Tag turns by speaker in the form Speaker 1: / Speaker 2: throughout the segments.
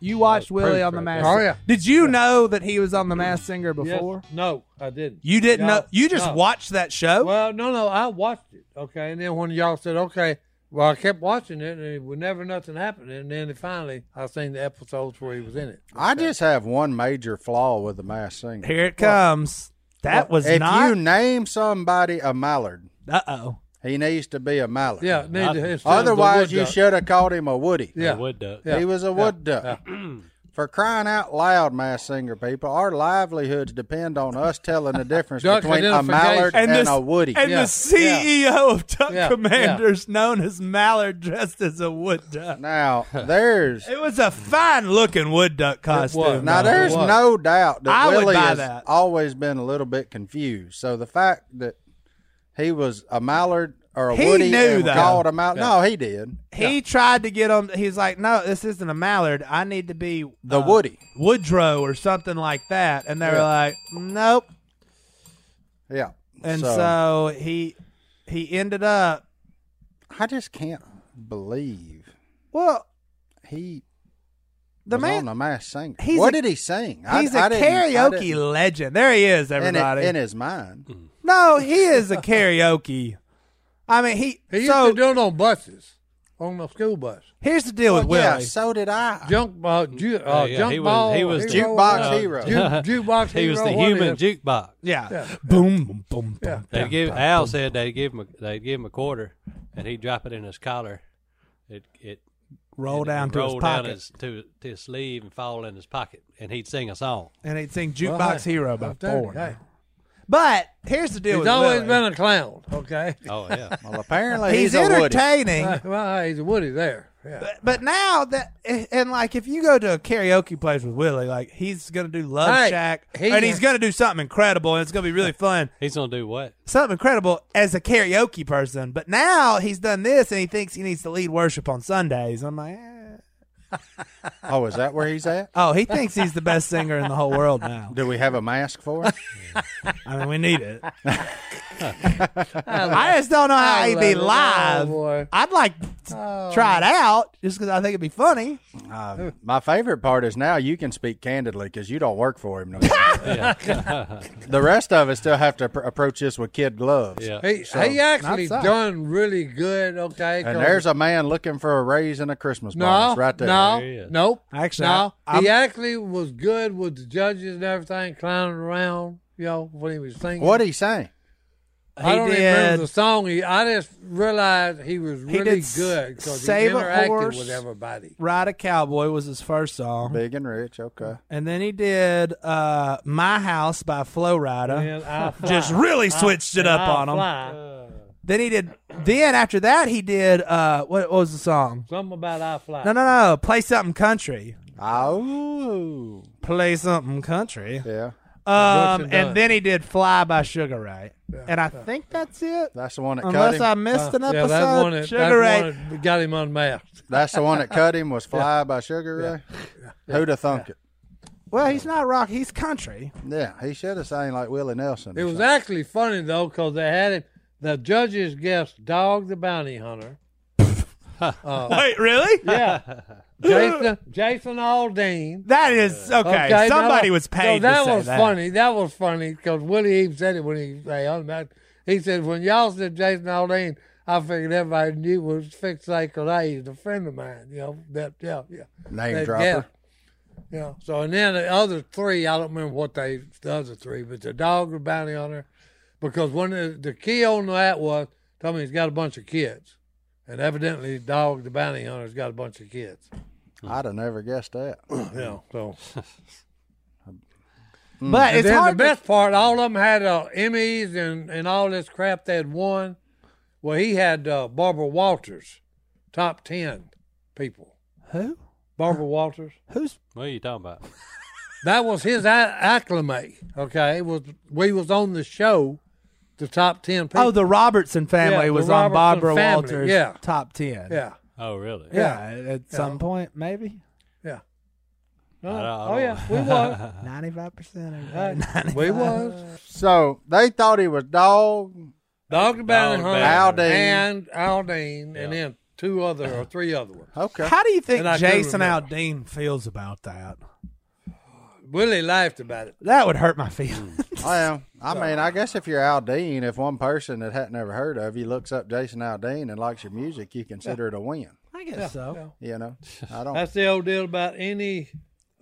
Speaker 1: You watched Willie on the
Speaker 2: right
Speaker 1: Mass.
Speaker 2: there.
Speaker 3: Oh, yeah.
Speaker 1: Did you know that he was on the Mass Singer
Speaker 2: Yes.
Speaker 1: before?
Speaker 2: No, I didn't.
Speaker 1: You didn't
Speaker 2: No,
Speaker 1: know. You just
Speaker 2: no.
Speaker 1: watched that show.
Speaker 2: Well, no, no, I watched it. Okay, and then when y'all said okay, well, I kept watching it, and it was never nothing happened. And then finally, I seen the episodes where he was in it.
Speaker 3: I just have one major flaw with the mass singer.
Speaker 1: Here it comes. That was
Speaker 3: if you
Speaker 1: not.
Speaker 3: name somebody a mallard,
Speaker 1: Uh oh.
Speaker 3: he needs to be a mallard.
Speaker 2: Yeah, need to- instead of the wood
Speaker 3: Otherwise, you
Speaker 2: duck.
Speaker 3: should have called him a Woody.
Speaker 2: Yeah,
Speaker 4: Wood duck.
Speaker 2: Yeah.
Speaker 3: He was a wood duck. For crying out loud, mass singer people, our livelihoods depend on us telling the difference
Speaker 2: Duck
Speaker 3: between a
Speaker 2: identification.
Speaker 3: mallard and,
Speaker 1: And this-
Speaker 3: a woody.
Speaker 1: And
Speaker 2: Yeah.
Speaker 1: the CEO of Duck
Speaker 2: Yeah.
Speaker 1: Commanders, known as Mallard, dressed as a wood duck.
Speaker 3: now, there's
Speaker 1: It was a fine looking wood duck costume.
Speaker 2: No,
Speaker 3: Now,
Speaker 2: it
Speaker 3: there's
Speaker 2: was.
Speaker 3: no doubt that
Speaker 1: I would
Speaker 3: Willie
Speaker 1: buy
Speaker 3: has
Speaker 1: that.
Speaker 3: always been a little bit confused. So the fact that he was a mallard or a
Speaker 1: He
Speaker 3: woody
Speaker 1: knew
Speaker 3: and
Speaker 1: that.
Speaker 3: called him out, no, he did.
Speaker 1: He tried to get him. He's like, no, this isn't a Mallard. I need to be
Speaker 3: The
Speaker 1: uh,
Speaker 3: woody,
Speaker 1: Woodrow or something like that. And they were
Speaker 3: Yeah.
Speaker 1: like, nope.
Speaker 3: yeah.
Speaker 1: And so, he he ended up.
Speaker 3: I just can't believe
Speaker 1: Well,
Speaker 3: he
Speaker 1: the
Speaker 3: was on
Speaker 1: man.
Speaker 3: the mass singer.
Speaker 1: he's
Speaker 3: what
Speaker 1: a-
Speaker 3: did he sing?
Speaker 1: He's a
Speaker 3: a
Speaker 1: karaoke Mm. legend. There he is,
Speaker 3: in, it-
Speaker 1: everybody.
Speaker 3: in his mind.
Speaker 1: No, he is a karaoke. I mean, he.
Speaker 2: he
Speaker 1: so
Speaker 2: used to do it on buses, on the school bus,
Speaker 1: here's the deal with
Speaker 3: Well, yeah,
Speaker 1: Willie.
Speaker 3: so did I.
Speaker 2: junk ball, ju- uh,
Speaker 4: Oh, yeah,
Speaker 2: junk
Speaker 4: he was-
Speaker 2: ball,
Speaker 4: he was
Speaker 2: hero,
Speaker 3: jukebox
Speaker 2: uh,
Speaker 3: hero.
Speaker 2: ju- jukebox
Speaker 4: he was
Speaker 2: hero,
Speaker 4: the
Speaker 2: what
Speaker 4: human
Speaker 2: is-
Speaker 4: jukebox.
Speaker 1: Yeah.
Speaker 2: Yeah.
Speaker 1: Boom, boom, boom.
Speaker 2: Yeah.
Speaker 1: boom.
Speaker 4: They give Al said they'd give him a, they'd give him a quarter, and he'd drop it in his collar. It it
Speaker 1: Roll
Speaker 4: it
Speaker 1: down to his
Speaker 4: rolled down
Speaker 1: pocket.
Speaker 4: his- to, to his sleeve and fall in his pocket, and he'd sing a song.
Speaker 1: and he'd sing Jukebox
Speaker 2: Well, hey,
Speaker 1: Hero by
Speaker 2: I'm telling you,
Speaker 1: Ford.
Speaker 2: hey,
Speaker 1: But here's the deal
Speaker 2: He's
Speaker 1: with
Speaker 2: always
Speaker 1: Willie.
Speaker 2: been a clown. Okay,
Speaker 4: Oh yeah,
Speaker 3: Well, apparently
Speaker 1: He's,
Speaker 3: he's, a woody.
Speaker 1: entertaining.
Speaker 2: well, hey, he's a Woody there. Yeah.
Speaker 1: But, but now that and like if you go to a karaoke place with Willie, like he's gonna do Love
Speaker 2: Hey,
Speaker 1: Shack,
Speaker 2: he-
Speaker 1: and he's gonna do something incredible, and it's gonna be really fun,
Speaker 4: he's gonna do what?
Speaker 1: something incredible as a karaoke person. But now he's done this, and he thinks he needs to lead worship on Sundays. I'm like, eh.
Speaker 3: Oh, is that where he's at?
Speaker 1: oh, he thinks he's the best singer in the whole world now.
Speaker 3: Do we have a mask for him?
Speaker 1: I mean, we need it. I just don't know how
Speaker 2: I
Speaker 1: he'd be
Speaker 2: love it. Oh,
Speaker 1: live.
Speaker 2: boy. Oh,
Speaker 1: I'd like to try it out just because I think it'd be funny.
Speaker 3: Uh, my favorite part is now you can speak candidly because you don't work for him no more. the rest of us still have to pr- approach this with kid gloves.
Speaker 4: Yeah,
Speaker 2: He, he actually
Speaker 1: so.
Speaker 2: done really good. Okay,
Speaker 3: And
Speaker 2: 'cause-
Speaker 3: there's a man looking for a raise and a Christmas
Speaker 2: no,
Speaker 3: bonus right there.
Speaker 2: No,
Speaker 4: There he is.
Speaker 2: nope.
Speaker 1: Actually,
Speaker 2: no.
Speaker 1: I-
Speaker 2: he
Speaker 1: I'm-
Speaker 2: actually was good with the judges and everything, clowning around. You know when he was singing.
Speaker 3: What he saying?
Speaker 2: I
Speaker 1: He
Speaker 2: don't even
Speaker 1: did-
Speaker 2: remember the song. He, I just realized he was really
Speaker 1: did
Speaker 2: good because he
Speaker 1: Save a
Speaker 2: interacted
Speaker 1: Horse.
Speaker 2: with everybody.
Speaker 1: Ride a Cowboy was his first song.
Speaker 3: Big and rich. Okay.
Speaker 1: And then he did uh, My House by Flo Rida.
Speaker 2: And I fly.
Speaker 1: Just really switched it up
Speaker 2: I
Speaker 1: on him.
Speaker 2: fly.
Speaker 1: Then he did. Then after that, he did. Uh, what, what was the song?
Speaker 2: Something about I fly.
Speaker 1: No, no, no. Play something country.
Speaker 3: Oh.
Speaker 1: Play something country.
Speaker 3: Yeah.
Speaker 1: Um,
Speaker 2: Brooks and
Speaker 1: and
Speaker 2: Dunn.
Speaker 1: then he did Fly by Sugar Ray. And I think that's it.
Speaker 3: That's the one that
Speaker 1: Unless
Speaker 3: cut
Speaker 1: I
Speaker 3: him.
Speaker 2: Uh,
Speaker 1: missed an
Speaker 2: yeah,
Speaker 1: episode.
Speaker 2: that one, that,
Speaker 1: Sugar
Speaker 2: that
Speaker 1: Ray.
Speaker 2: one that got him unmasked.
Speaker 3: That's the one that cut him was Fly by Sugar Ray. Who'd have thunk it?
Speaker 1: Well, he's not rock. He's country.
Speaker 3: Yeah, he should have sang like Willie Nelson. or
Speaker 2: It was
Speaker 3: something.
Speaker 2: actually funny though because they had him. The judges guessed Dog the Bounty Hunter.
Speaker 1: Wait, really?
Speaker 2: Oh. Yeah, Jason Jason Aldean.
Speaker 1: That is okay.
Speaker 2: now,
Speaker 1: Somebody
Speaker 2: uh,
Speaker 1: was paid.
Speaker 2: So that
Speaker 1: to say
Speaker 2: was
Speaker 1: that.
Speaker 2: funny. That was funny because Willie even said it when he they unmasked. He said when y'all said Jason Aldean, I figured everybody knew was fixated because I he's a friend of mine. You know that. Yeah, yeah.
Speaker 3: Name
Speaker 2: that
Speaker 3: dropper.
Speaker 2: guess. Yeah. So and then the other three, I don't remember what they the other three, but the dog was bounty hunter, because one of the, the key on that was told me he's got a bunch of kids, and evidently dog the bounty hunter's got a bunch of kids.
Speaker 3: I'd have never guessed that.
Speaker 2: Yeah. So
Speaker 1: But
Speaker 2: and
Speaker 1: it's
Speaker 2: then
Speaker 1: hard.
Speaker 2: the
Speaker 1: to-
Speaker 2: best part, all of them had uh, Emmys and and all this crap they had won. Well, he had uh, Barbara Walters, top ten people.
Speaker 1: Who?
Speaker 2: Barbara Walters.
Speaker 1: Who's?
Speaker 4: What are you talking about?
Speaker 2: That was his a- acclimate. Okay, It was we was on the show, the top ten people.
Speaker 1: Oh, the Robertson family
Speaker 2: Yeah, the
Speaker 1: was on
Speaker 2: Robertson
Speaker 1: Barbara
Speaker 2: family,
Speaker 1: Walters'
Speaker 2: yeah.
Speaker 1: top ten.
Speaker 2: yeah,
Speaker 4: Oh, really?
Speaker 1: Yeah, at some
Speaker 2: Yeah.
Speaker 1: point maybe
Speaker 2: yeah.
Speaker 4: I don't- I
Speaker 2: oh
Speaker 4: don't-
Speaker 2: yeah, we was.
Speaker 1: ninety-five percent.
Speaker 2: we was.
Speaker 3: So they thought he was dog.
Speaker 2: Dog about
Speaker 4: Dog
Speaker 2: Hunter
Speaker 3: Bounty. Aldine.
Speaker 2: and Aldine, and then two other or three other ones.
Speaker 3: Okay.
Speaker 1: How do you think
Speaker 2: And I do
Speaker 1: Jason
Speaker 2: remember.
Speaker 1: Aldean feels about that?
Speaker 2: Willie laughed about it.
Speaker 1: That would hurt my feelings.
Speaker 4: Hmm.
Speaker 3: I am. I mean, I guess if you're Al Dean, if one person that hadn't ever heard of you looks up Jason Aldean and likes your music, you consider it a win.
Speaker 1: I guess so.
Speaker 3: You know, I don't.
Speaker 2: That's the old deal about any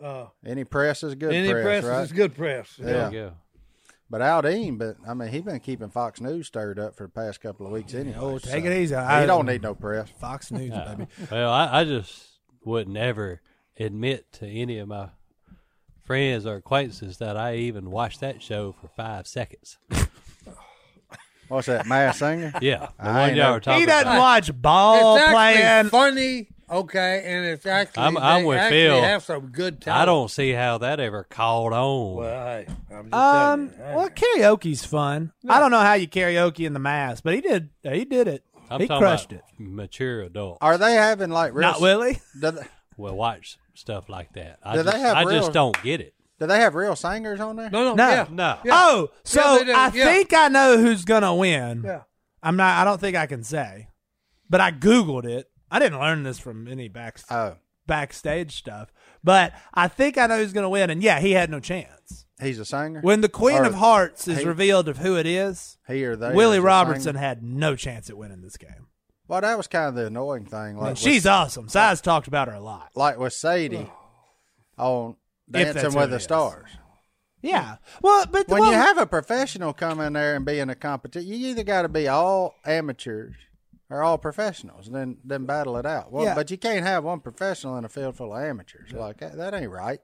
Speaker 2: uh,
Speaker 3: any press is good
Speaker 2: any
Speaker 3: press,
Speaker 2: press,
Speaker 3: right?
Speaker 2: is good press.
Speaker 4: There
Speaker 3: Yeah.
Speaker 4: you go.
Speaker 3: But Al Dean, but I mean, he's been keeping Fox News stirred up for the past couple of weeks anyway.
Speaker 1: Oh, take
Speaker 3: so
Speaker 1: it easy.
Speaker 3: He don't need no press.
Speaker 1: Fox News, baby.
Speaker 4: Well, I, I just would never admit to any of my friends or acquaintances that I even watched that show for five seconds.
Speaker 3: What's that, Mass Singer?
Speaker 4: Yeah, the
Speaker 3: I
Speaker 4: one
Speaker 3: ain't
Speaker 4: y'all
Speaker 3: never-
Speaker 4: were
Speaker 1: He
Speaker 4: talking
Speaker 1: doesn't
Speaker 4: about.
Speaker 1: watch ball
Speaker 2: It's actually
Speaker 1: playing.
Speaker 2: funny, okay, and it's actually
Speaker 4: I'm- I'm
Speaker 2: they
Speaker 4: with
Speaker 2: actually
Speaker 4: Phil.
Speaker 2: Have some good time.
Speaker 4: I don't see how that ever caught on.
Speaker 2: Well, hey, I'm just
Speaker 1: Um,
Speaker 2: telling you. Hey.
Speaker 1: well, karaoke's fun. I don't know how you karaoke in the mass, but he did. uh, He did it.
Speaker 4: I'm
Speaker 1: he
Speaker 4: talking
Speaker 1: crushed
Speaker 4: about
Speaker 1: it.
Speaker 4: Mature adult.
Speaker 3: Are they having like real?
Speaker 1: Not Willie.
Speaker 3: do, they,
Speaker 4: will watch stuff like that. I,
Speaker 3: Do they
Speaker 4: just,
Speaker 3: have
Speaker 4: I
Speaker 3: real-
Speaker 4: just don't get it.
Speaker 3: do they have real singers on there?
Speaker 2: No, no,
Speaker 1: No.
Speaker 2: yeah,
Speaker 4: No.
Speaker 2: Yeah.
Speaker 1: Oh, so
Speaker 2: they do,
Speaker 1: I
Speaker 2: yeah.
Speaker 1: think I know who's gonna win.
Speaker 2: Yeah.
Speaker 1: I'm not. I don't think I can say, but I googled it. I didn't learn this from any back,
Speaker 3: Oh,
Speaker 1: backstage stuff, but I think I know who's gonna win. And yeah, he had no chance.
Speaker 3: he's a singer.
Speaker 1: When the Queen
Speaker 3: Or
Speaker 1: of Hearts is
Speaker 3: he-
Speaker 1: revealed of who it is,
Speaker 3: he or they?
Speaker 1: Willie
Speaker 3: is a
Speaker 1: Robertson
Speaker 3: singer.
Speaker 1: had no chance at winning this game.
Speaker 3: Well, that was kind of the annoying thing. Like
Speaker 1: And
Speaker 3: with-
Speaker 1: she's awesome. Size talked about her a lot.
Speaker 3: like with Sadie on
Speaker 1: If that's
Speaker 3: Dancing
Speaker 1: who it
Speaker 3: with the
Speaker 1: is.
Speaker 3: Stars.
Speaker 1: Yeah. Well, but
Speaker 3: When
Speaker 1: well,
Speaker 3: you have a professional come in there and be in a competition, you either got to be all amateurs or all professionals, and then then battle it out. Well,
Speaker 1: Yeah.
Speaker 3: but you can't have one professional in a field full of amateurs. Like that, that ain't right.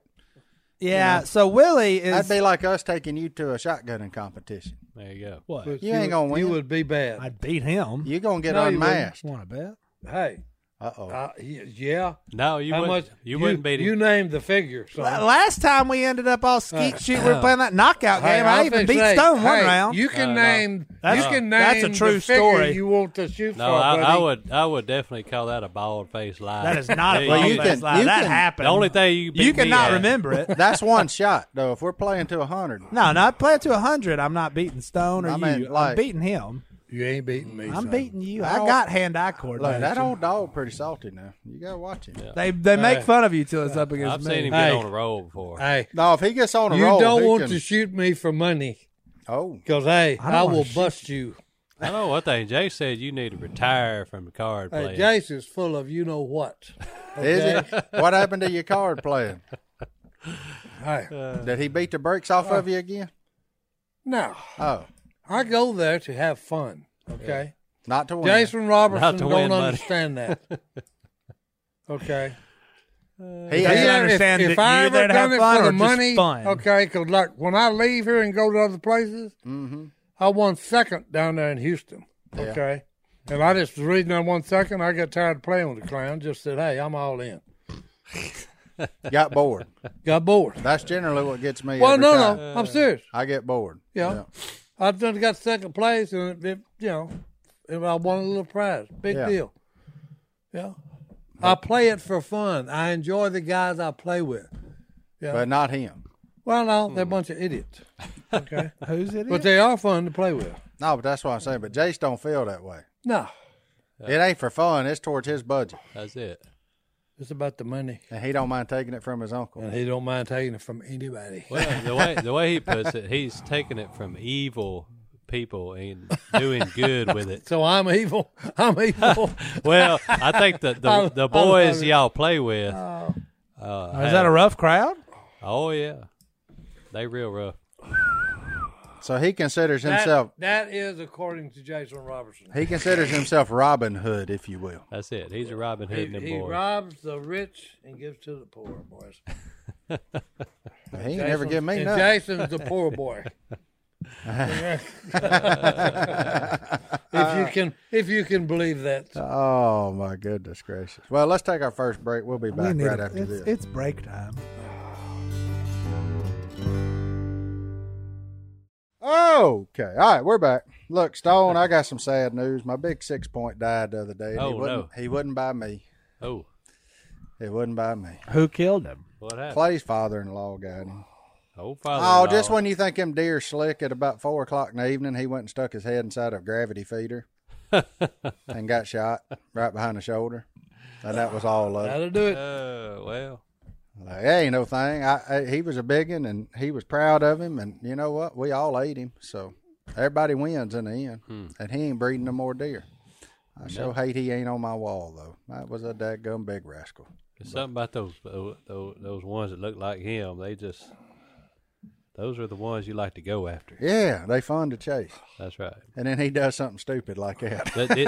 Speaker 1: yeah. So Willie is.
Speaker 3: That'd be like us taking you to a shotgunning competition.
Speaker 4: There you go.
Speaker 1: what?
Speaker 2: But
Speaker 3: You ain't gonna
Speaker 2: You
Speaker 3: win.
Speaker 2: would be bad.
Speaker 1: I beat him.
Speaker 3: You're gonna get
Speaker 2: No, you wouldn't.
Speaker 3: unmasked.
Speaker 1: Want to bet?
Speaker 2: hey,
Speaker 3: Uh oh.
Speaker 2: uh, yeah.
Speaker 4: No, you
Speaker 2: How
Speaker 4: wouldn't.
Speaker 2: much?
Speaker 4: you, wouldn't beat him.
Speaker 2: You named the figure. So.
Speaker 1: La- Last time we ended up all skeet shoot, we were playing that knockout game. I
Speaker 2: I'm
Speaker 1: even
Speaker 2: finna
Speaker 1: beat
Speaker 2: say,
Speaker 1: Stone one
Speaker 2: hey,
Speaker 1: round.
Speaker 2: You can
Speaker 4: No, no.
Speaker 2: name.
Speaker 1: That's-
Speaker 2: you can name
Speaker 1: that's a true
Speaker 2: the figure
Speaker 1: story.
Speaker 2: You want to shoot
Speaker 4: no,
Speaker 2: for, buddy.
Speaker 4: I, I would. I would definitely call that a bald faced lie.
Speaker 1: that is not a
Speaker 4: Yeah,
Speaker 3: Well,
Speaker 1: well,
Speaker 3: you
Speaker 4: the
Speaker 3: can- you
Speaker 1: That
Speaker 3: can-
Speaker 1: happened.
Speaker 4: only thing you beat
Speaker 1: you
Speaker 4: me
Speaker 1: cannot
Speaker 4: at-
Speaker 1: remember it.
Speaker 3: That's one shot though. If we're playing to a hundred,
Speaker 1: No, no. I play to hundred. I'm not beating Stone or
Speaker 3: I
Speaker 1: you.
Speaker 3: mean,
Speaker 1: I'm
Speaker 3: like-
Speaker 1: beating him.
Speaker 2: You ain't beating me.
Speaker 1: I'm
Speaker 2: son.
Speaker 1: beating you.
Speaker 3: I
Speaker 1: I
Speaker 3: don't-
Speaker 1: got hand-eye
Speaker 3: look,
Speaker 1: coordination.
Speaker 3: that old dog pretty salty now. You gotta watch him.
Speaker 1: they they make
Speaker 2: Hey.
Speaker 1: fun of you till it's up against
Speaker 4: I've
Speaker 1: me.
Speaker 4: seen him
Speaker 2: Hey.
Speaker 4: get on a roll before.
Speaker 2: Hey,
Speaker 3: No, if he gets on a
Speaker 2: you
Speaker 3: roll,
Speaker 2: don't
Speaker 3: he
Speaker 2: want
Speaker 3: can-
Speaker 2: to shoot me for money,
Speaker 3: Oh,
Speaker 2: because hey,
Speaker 1: I don't
Speaker 2: I,
Speaker 1: wanna
Speaker 2: will
Speaker 1: shoot
Speaker 2: bust you.
Speaker 4: I know one thing. Jay said you need to retire from the card
Speaker 2: Hey,
Speaker 4: playing.
Speaker 2: Jace is full of you know what.
Speaker 3: is it? What happened to your card playing?
Speaker 2: Hey,
Speaker 3: Did he beat the brakes off of you again?
Speaker 2: no,
Speaker 3: Oh,
Speaker 2: I go there to have fun. Okay,
Speaker 3: not to win.
Speaker 2: Jason Robertson
Speaker 4: Not to
Speaker 2: don't
Speaker 4: win money.
Speaker 2: understand that. Okay,
Speaker 3: he
Speaker 1: Doesn't
Speaker 3: had,
Speaker 1: understand
Speaker 2: if,
Speaker 1: that
Speaker 2: if I
Speaker 1: you're
Speaker 2: ever
Speaker 1: there to have
Speaker 2: done
Speaker 1: fun
Speaker 2: it for
Speaker 1: or
Speaker 2: the
Speaker 1: just
Speaker 2: money,
Speaker 1: fun?
Speaker 2: okay, because like when I leave here and go to other places,
Speaker 1: Mm-hmm.
Speaker 2: I won second down there in Houston. Okay, and I just the reason I won second, I got tired of playing with the clown. Just said, hey, I'm all in.
Speaker 3: got bored.
Speaker 2: Got bored.
Speaker 3: That's generally what gets me.
Speaker 2: Well,
Speaker 3: every
Speaker 2: no,
Speaker 3: time.
Speaker 2: no, I'm serious.
Speaker 3: I get bored.
Speaker 2: Yeah. I've done got second place, and it, it, you know, and I won a little prize. Big
Speaker 3: Yeah.
Speaker 2: deal. Yeah, I play it for fun. I enjoy the guys I play with.
Speaker 3: but not him.
Speaker 2: Well, no, they're a bunch of idiots. Okay,
Speaker 1: Who's it?
Speaker 2: but they are fun to play with.
Speaker 3: No, but that's what I'm saying. But Jace don't feel that way.
Speaker 2: No,
Speaker 3: It ain't for fun. It's towards his budget,
Speaker 4: That's it.
Speaker 2: it's about the money,
Speaker 3: and he don't mind taking it from his uncle.
Speaker 2: and he don't mind taking it from anybody.
Speaker 4: Well, the way the way he puts it, he's taking it from evil people and doing good with it.
Speaker 2: So I'm evil. I'm evil.
Speaker 4: Well, I think that the the boys y'all play with. Uh,
Speaker 1: Is that a rough crowd?
Speaker 4: Oh yeah, they real rough.
Speaker 3: So he considers himself.
Speaker 2: that, that is according to Jason Robertson.
Speaker 3: He considers himself Robin Hood, if you will.
Speaker 4: That's it. He's a Robin Hood
Speaker 2: He,
Speaker 4: and them
Speaker 2: he
Speaker 4: boys.
Speaker 2: robs the rich and gives to the poor, boys.
Speaker 3: He ain't never give me
Speaker 2: And
Speaker 3: nothing.
Speaker 2: Jason's the poor boy. if you can, if you can believe that.
Speaker 3: Oh my goodness gracious! Well, let's take our first break. We'll be
Speaker 1: We
Speaker 3: back
Speaker 1: need
Speaker 3: right
Speaker 1: a-
Speaker 3: after
Speaker 1: it's,
Speaker 3: this.
Speaker 1: it's break time.
Speaker 3: Okay. All right, we're back. Look, Stone, I got some sad news. My big six point died the other day. and he
Speaker 4: Oh,
Speaker 3: wouldn't, He wouldn't buy me.
Speaker 4: Oh,
Speaker 3: It wouldn't buy me.
Speaker 5: Who killed him?
Speaker 4: what happened?
Speaker 3: Clay's father in law got him.
Speaker 4: Old father.
Speaker 3: Oh, just when you think him deer slick at about four o'clock in the evening, he went and stuck his head inside a gravity feeder and got shot right behind the shoulder. And that was all of it.
Speaker 2: That'll do it.
Speaker 4: Uh, well,
Speaker 3: Like, that ain't no thing. I, I, he was a biggin and he was proud of him. And you know what? We all ate him. So everybody wins in the end.
Speaker 4: Hmm.
Speaker 3: And he ain't breeding no more deer. I sure hate he ain't on my wall, though. That was a dadgum big rascal.
Speaker 4: there's something about those, those those ones that look like him. They just those are the ones you like to go after.
Speaker 3: Yeah, they fun to chase.
Speaker 4: That's right.
Speaker 3: And then he does something stupid like that.
Speaker 4: But did,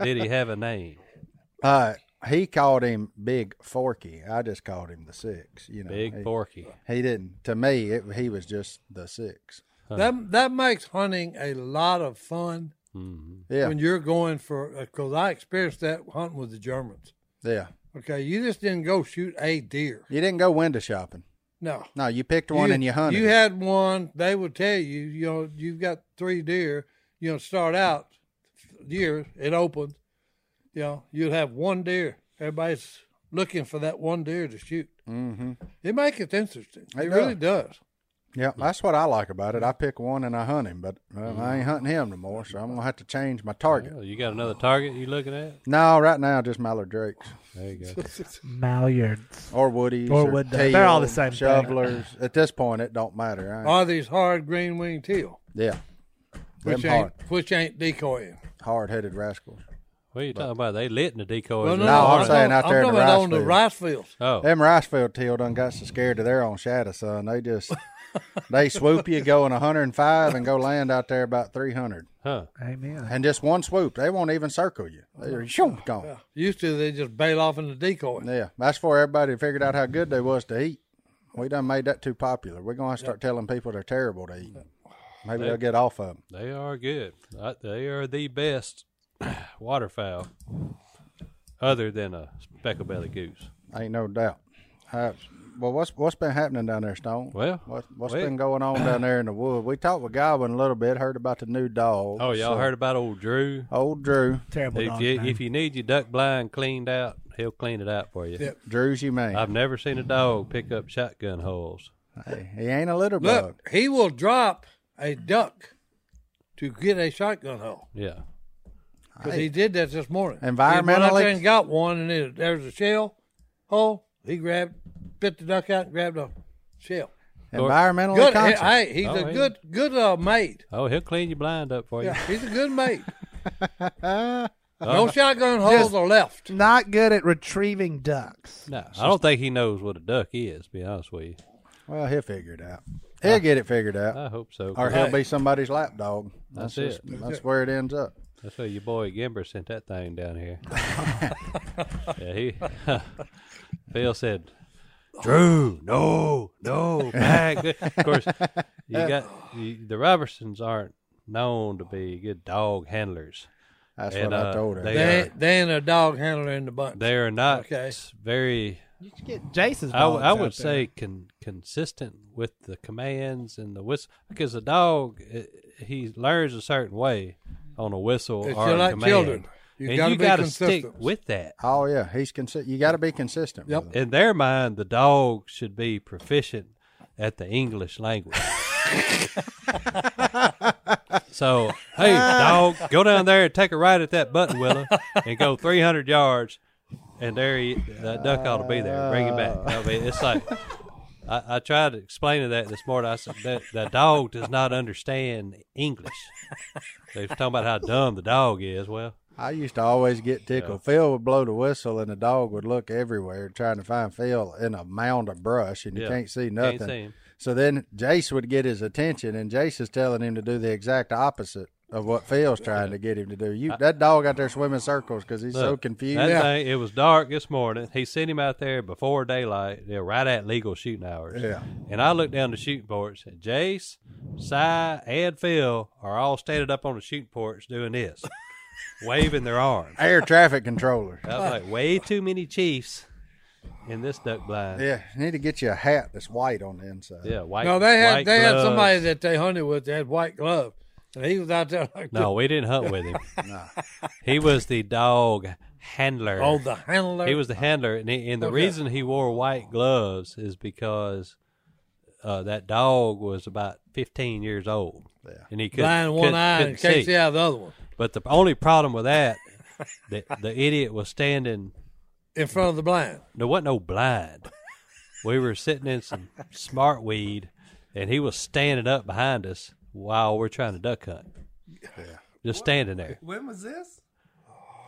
Speaker 4: did he have a name?
Speaker 3: Uh, he called him Big Forky. I just called him the six. You know,
Speaker 4: Big
Speaker 3: he,
Speaker 4: Forky.
Speaker 3: He didn't. To me, it, he was just the six.
Speaker 2: That that makes hunting a lot of fun
Speaker 4: hmm
Speaker 3: Yeah,
Speaker 2: when you're going for. Because I experienced that hunting with the Germans.
Speaker 3: yeah.
Speaker 2: Okay, you just didn't go shoot a deer.
Speaker 3: You didn't go window shopping.
Speaker 2: No.
Speaker 3: No, you picked one and you hunted.
Speaker 2: You had one. They would tell you, you know, you've got three deer. You know, start out deer. It opens. You know, you'd have one deer. Everybody's looking for that one deer to shoot.
Speaker 3: mm-hmm.
Speaker 2: It makes it interesting. It,
Speaker 3: It
Speaker 2: really does.
Speaker 3: Yeah, that's what I like about it. I pick one and I hunt him, but well, I ain't hunting him no more, so I'm gonna have to change my target.
Speaker 4: Oh, you got another target you looking at?
Speaker 3: No, right now just Mallard Drakes
Speaker 4: There you go.
Speaker 1: Mallards.
Speaker 3: or Woodies
Speaker 1: Or wood duck.
Speaker 3: teal,
Speaker 1: They're all the same thing.
Speaker 3: Shovelers. At this point, it don't matter. I ain't-
Speaker 2: Are these hard green winged teal,
Speaker 3: yeah, them
Speaker 2: which
Speaker 3: hard,
Speaker 2: ain't which ain't decoying?
Speaker 3: hard-headed rascals.
Speaker 4: What are you talking about? They lit in the decoys.
Speaker 2: Well,
Speaker 4: and
Speaker 2: no,
Speaker 3: No, I'm
Speaker 2: I'm
Speaker 3: saying out
Speaker 2: talking-
Speaker 3: there
Speaker 2: I'm
Speaker 3: in the
Speaker 2: talking about
Speaker 3: rice
Speaker 2: on the
Speaker 3: field.
Speaker 2: rice fields.
Speaker 4: Oh,
Speaker 3: Them Ricefield Teal done got so scared of their own shadow, son. They just they swoop you going 105 and go land out there about 300,
Speaker 4: huh.
Speaker 1: Amen.
Speaker 3: and just one swoop. They won't even circle you. They're shoom, gone.
Speaker 2: Used to they just bail off in the decoy.
Speaker 3: Yeah, that's before everybody figured out how good they was to eat. We done made that too popular. We're gonna have to start telling people they're terrible to eat. Maybe they'll get off of them.
Speaker 4: They are good. Uh, They are the best waterfowl, other than a specklebelly goose.
Speaker 3: Ain't no doubt. Uh, well, what's what's been happening down there, Stone?
Speaker 4: Well,
Speaker 3: what, what's
Speaker 4: well-
Speaker 3: been going on down there in the wood? We talked with Godwin a little bit. Heard about the new dog.
Speaker 4: Oh, y'all heard about old Drew?
Speaker 3: Old Drew.
Speaker 1: Terrible
Speaker 4: If
Speaker 1: dog.
Speaker 4: you
Speaker 1: man.
Speaker 4: if you need your duck blind cleaned out, he'll clean it out for you.
Speaker 2: Yep.
Speaker 3: Drew's your man.
Speaker 4: I've never seen a dog pick up shotgun holes.
Speaker 3: Hey, he ain't a litter
Speaker 2: Look,
Speaker 3: bug.
Speaker 2: he will drop a duck to get a shotgun hole
Speaker 4: Yeah.
Speaker 2: because he did that this morning. he went out
Speaker 3: Environmentally-
Speaker 2: there and got one, and it, there was a shell hole. He grabbed, bit the duck out, and grabbed a shell.
Speaker 3: Environmentally
Speaker 2: Good, he-
Speaker 3: conscious.
Speaker 2: hey, he's
Speaker 4: Oh,
Speaker 2: a
Speaker 4: he-
Speaker 2: good, good uh, mate.
Speaker 4: Oh, he'll clean your blind up for you.
Speaker 2: Yeah, Uh-huh. he's a good mate. no shotgun holes are left.
Speaker 1: not good at retrieving ducks.
Speaker 4: No, I don't think he knows what a duck is. to Be honest with you.
Speaker 3: well, he'll figure it out. He'll get it figured out,
Speaker 4: I hope so.
Speaker 3: or he'll be somebody's lap dog.
Speaker 4: Uh, That's
Speaker 3: just-
Speaker 4: it.
Speaker 3: That's where it ends up.
Speaker 4: That's why your boy Gimber sent that thing down here. yeah, he. Phil said, "Drew, no, no, back." of course, you got you, the Robertsons aren't known to be good dog handlers.
Speaker 3: That's
Speaker 4: And,
Speaker 3: what I
Speaker 4: uh,
Speaker 3: told her.
Speaker 4: they-
Speaker 2: They, ain't- they ain't a dog handler in the bunch.
Speaker 4: They are not
Speaker 2: Okay.
Speaker 4: very.
Speaker 1: You should get Jason's.
Speaker 4: I, w-
Speaker 1: dogs
Speaker 4: I
Speaker 1: out
Speaker 4: would
Speaker 1: there.
Speaker 4: say con, consistent with the commands and the whistle because a dog eh, he learns a certain way on a whistle
Speaker 2: It's
Speaker 4: or a
Speaker 2: like
Speaker 4: command.
Speaker 2: children. You
Speaker 4: and
Speaker 2: gotta
Speaker 4: you
Speaker 2: be
Speaker 4: gotta stick
Speaker 2: consistent.
Speaker 4: with that.
Speaker 3: oh yeah, he's consi- You got to be consistent.
Speaker 2: Yep.
Speaker 3: with him.
Speaker 4: in their mind, the dog should be proficient at the English language. so, hey, dog, go down there and take a ride at that button willow and go 300 yards, and there he, that duck ought to be there. Bring him back. I mean, it's like I, I tried explaining that this morning. I said that the dog does not understand English. They was talking about how dumb the dog is. Well,
Speaker 3: I used to always get tickled. Phil would blow the whistle, and the dog would look everywhere trying to find Phil in a mound of brush, and you
Speaker 4: Yeah.
Speaker 3: can't see
Speaker 4: Can't
Speaker 3: nothing.
Speaker 4: see him.
Speaker 3: So then Jace would get his attention, and Jace is telling him to do the exact opposite of what Phil's trying to get him to do. You that dog out there swimming circles because he's so
Speaker 4: Look,
Speaker 3: confused.
Speaker 4: That thing, it was dark this morning. He sent him out there before daylight, yeah, right at legal shooting hours.
Speaker 3: Yeah.
Speaker 4: And I looked down the shooting porch. and Jace, Cy, and Phil are all standing up on the shooting porch doing this, waving their arms.
Speaker 3: Air traffic controller.
Speaker 4: I was like, way too many Chiefs in this duck blind.
Speaker 3: Yeah, need to get you a hat that's white on the inside.
Speaker 4: Yeah, white.
Speaker 2: No, they had
Speaker 4: white
Speaker 2: they had
Speaker 4: gloves.
Speaker 2: somebody that they hunted with that had white gloves, and he was out there like
Speaker 4: No, we didn't hunt with him. He was the dog handler.
Speaker 2: this. Oh, the handler.
Speaker 4: He was the handler, and, he, and the
Speaker 2: Okay.
Speaker 4: reason he wore white gloves is because uh, that dog was about 15 years old, and he couldn't,
Speaker 2: blind one
Speaker 4: couldn't-
Speaker 2: eye in
Speaker 4: couldn't
Speaker 2: case
Speaker 4: see.
Speaker 2: he had the other one
Speaker 4: But the only problem with that, the, the idiot was standing.
Speaker 2: in front of the blind.
Speaker 4: There wasn't no blind. We were sitting in some smart weed, and he was standing up behind us while we're trying to duck hunt. Just standing there.
Speaker 1: When was this?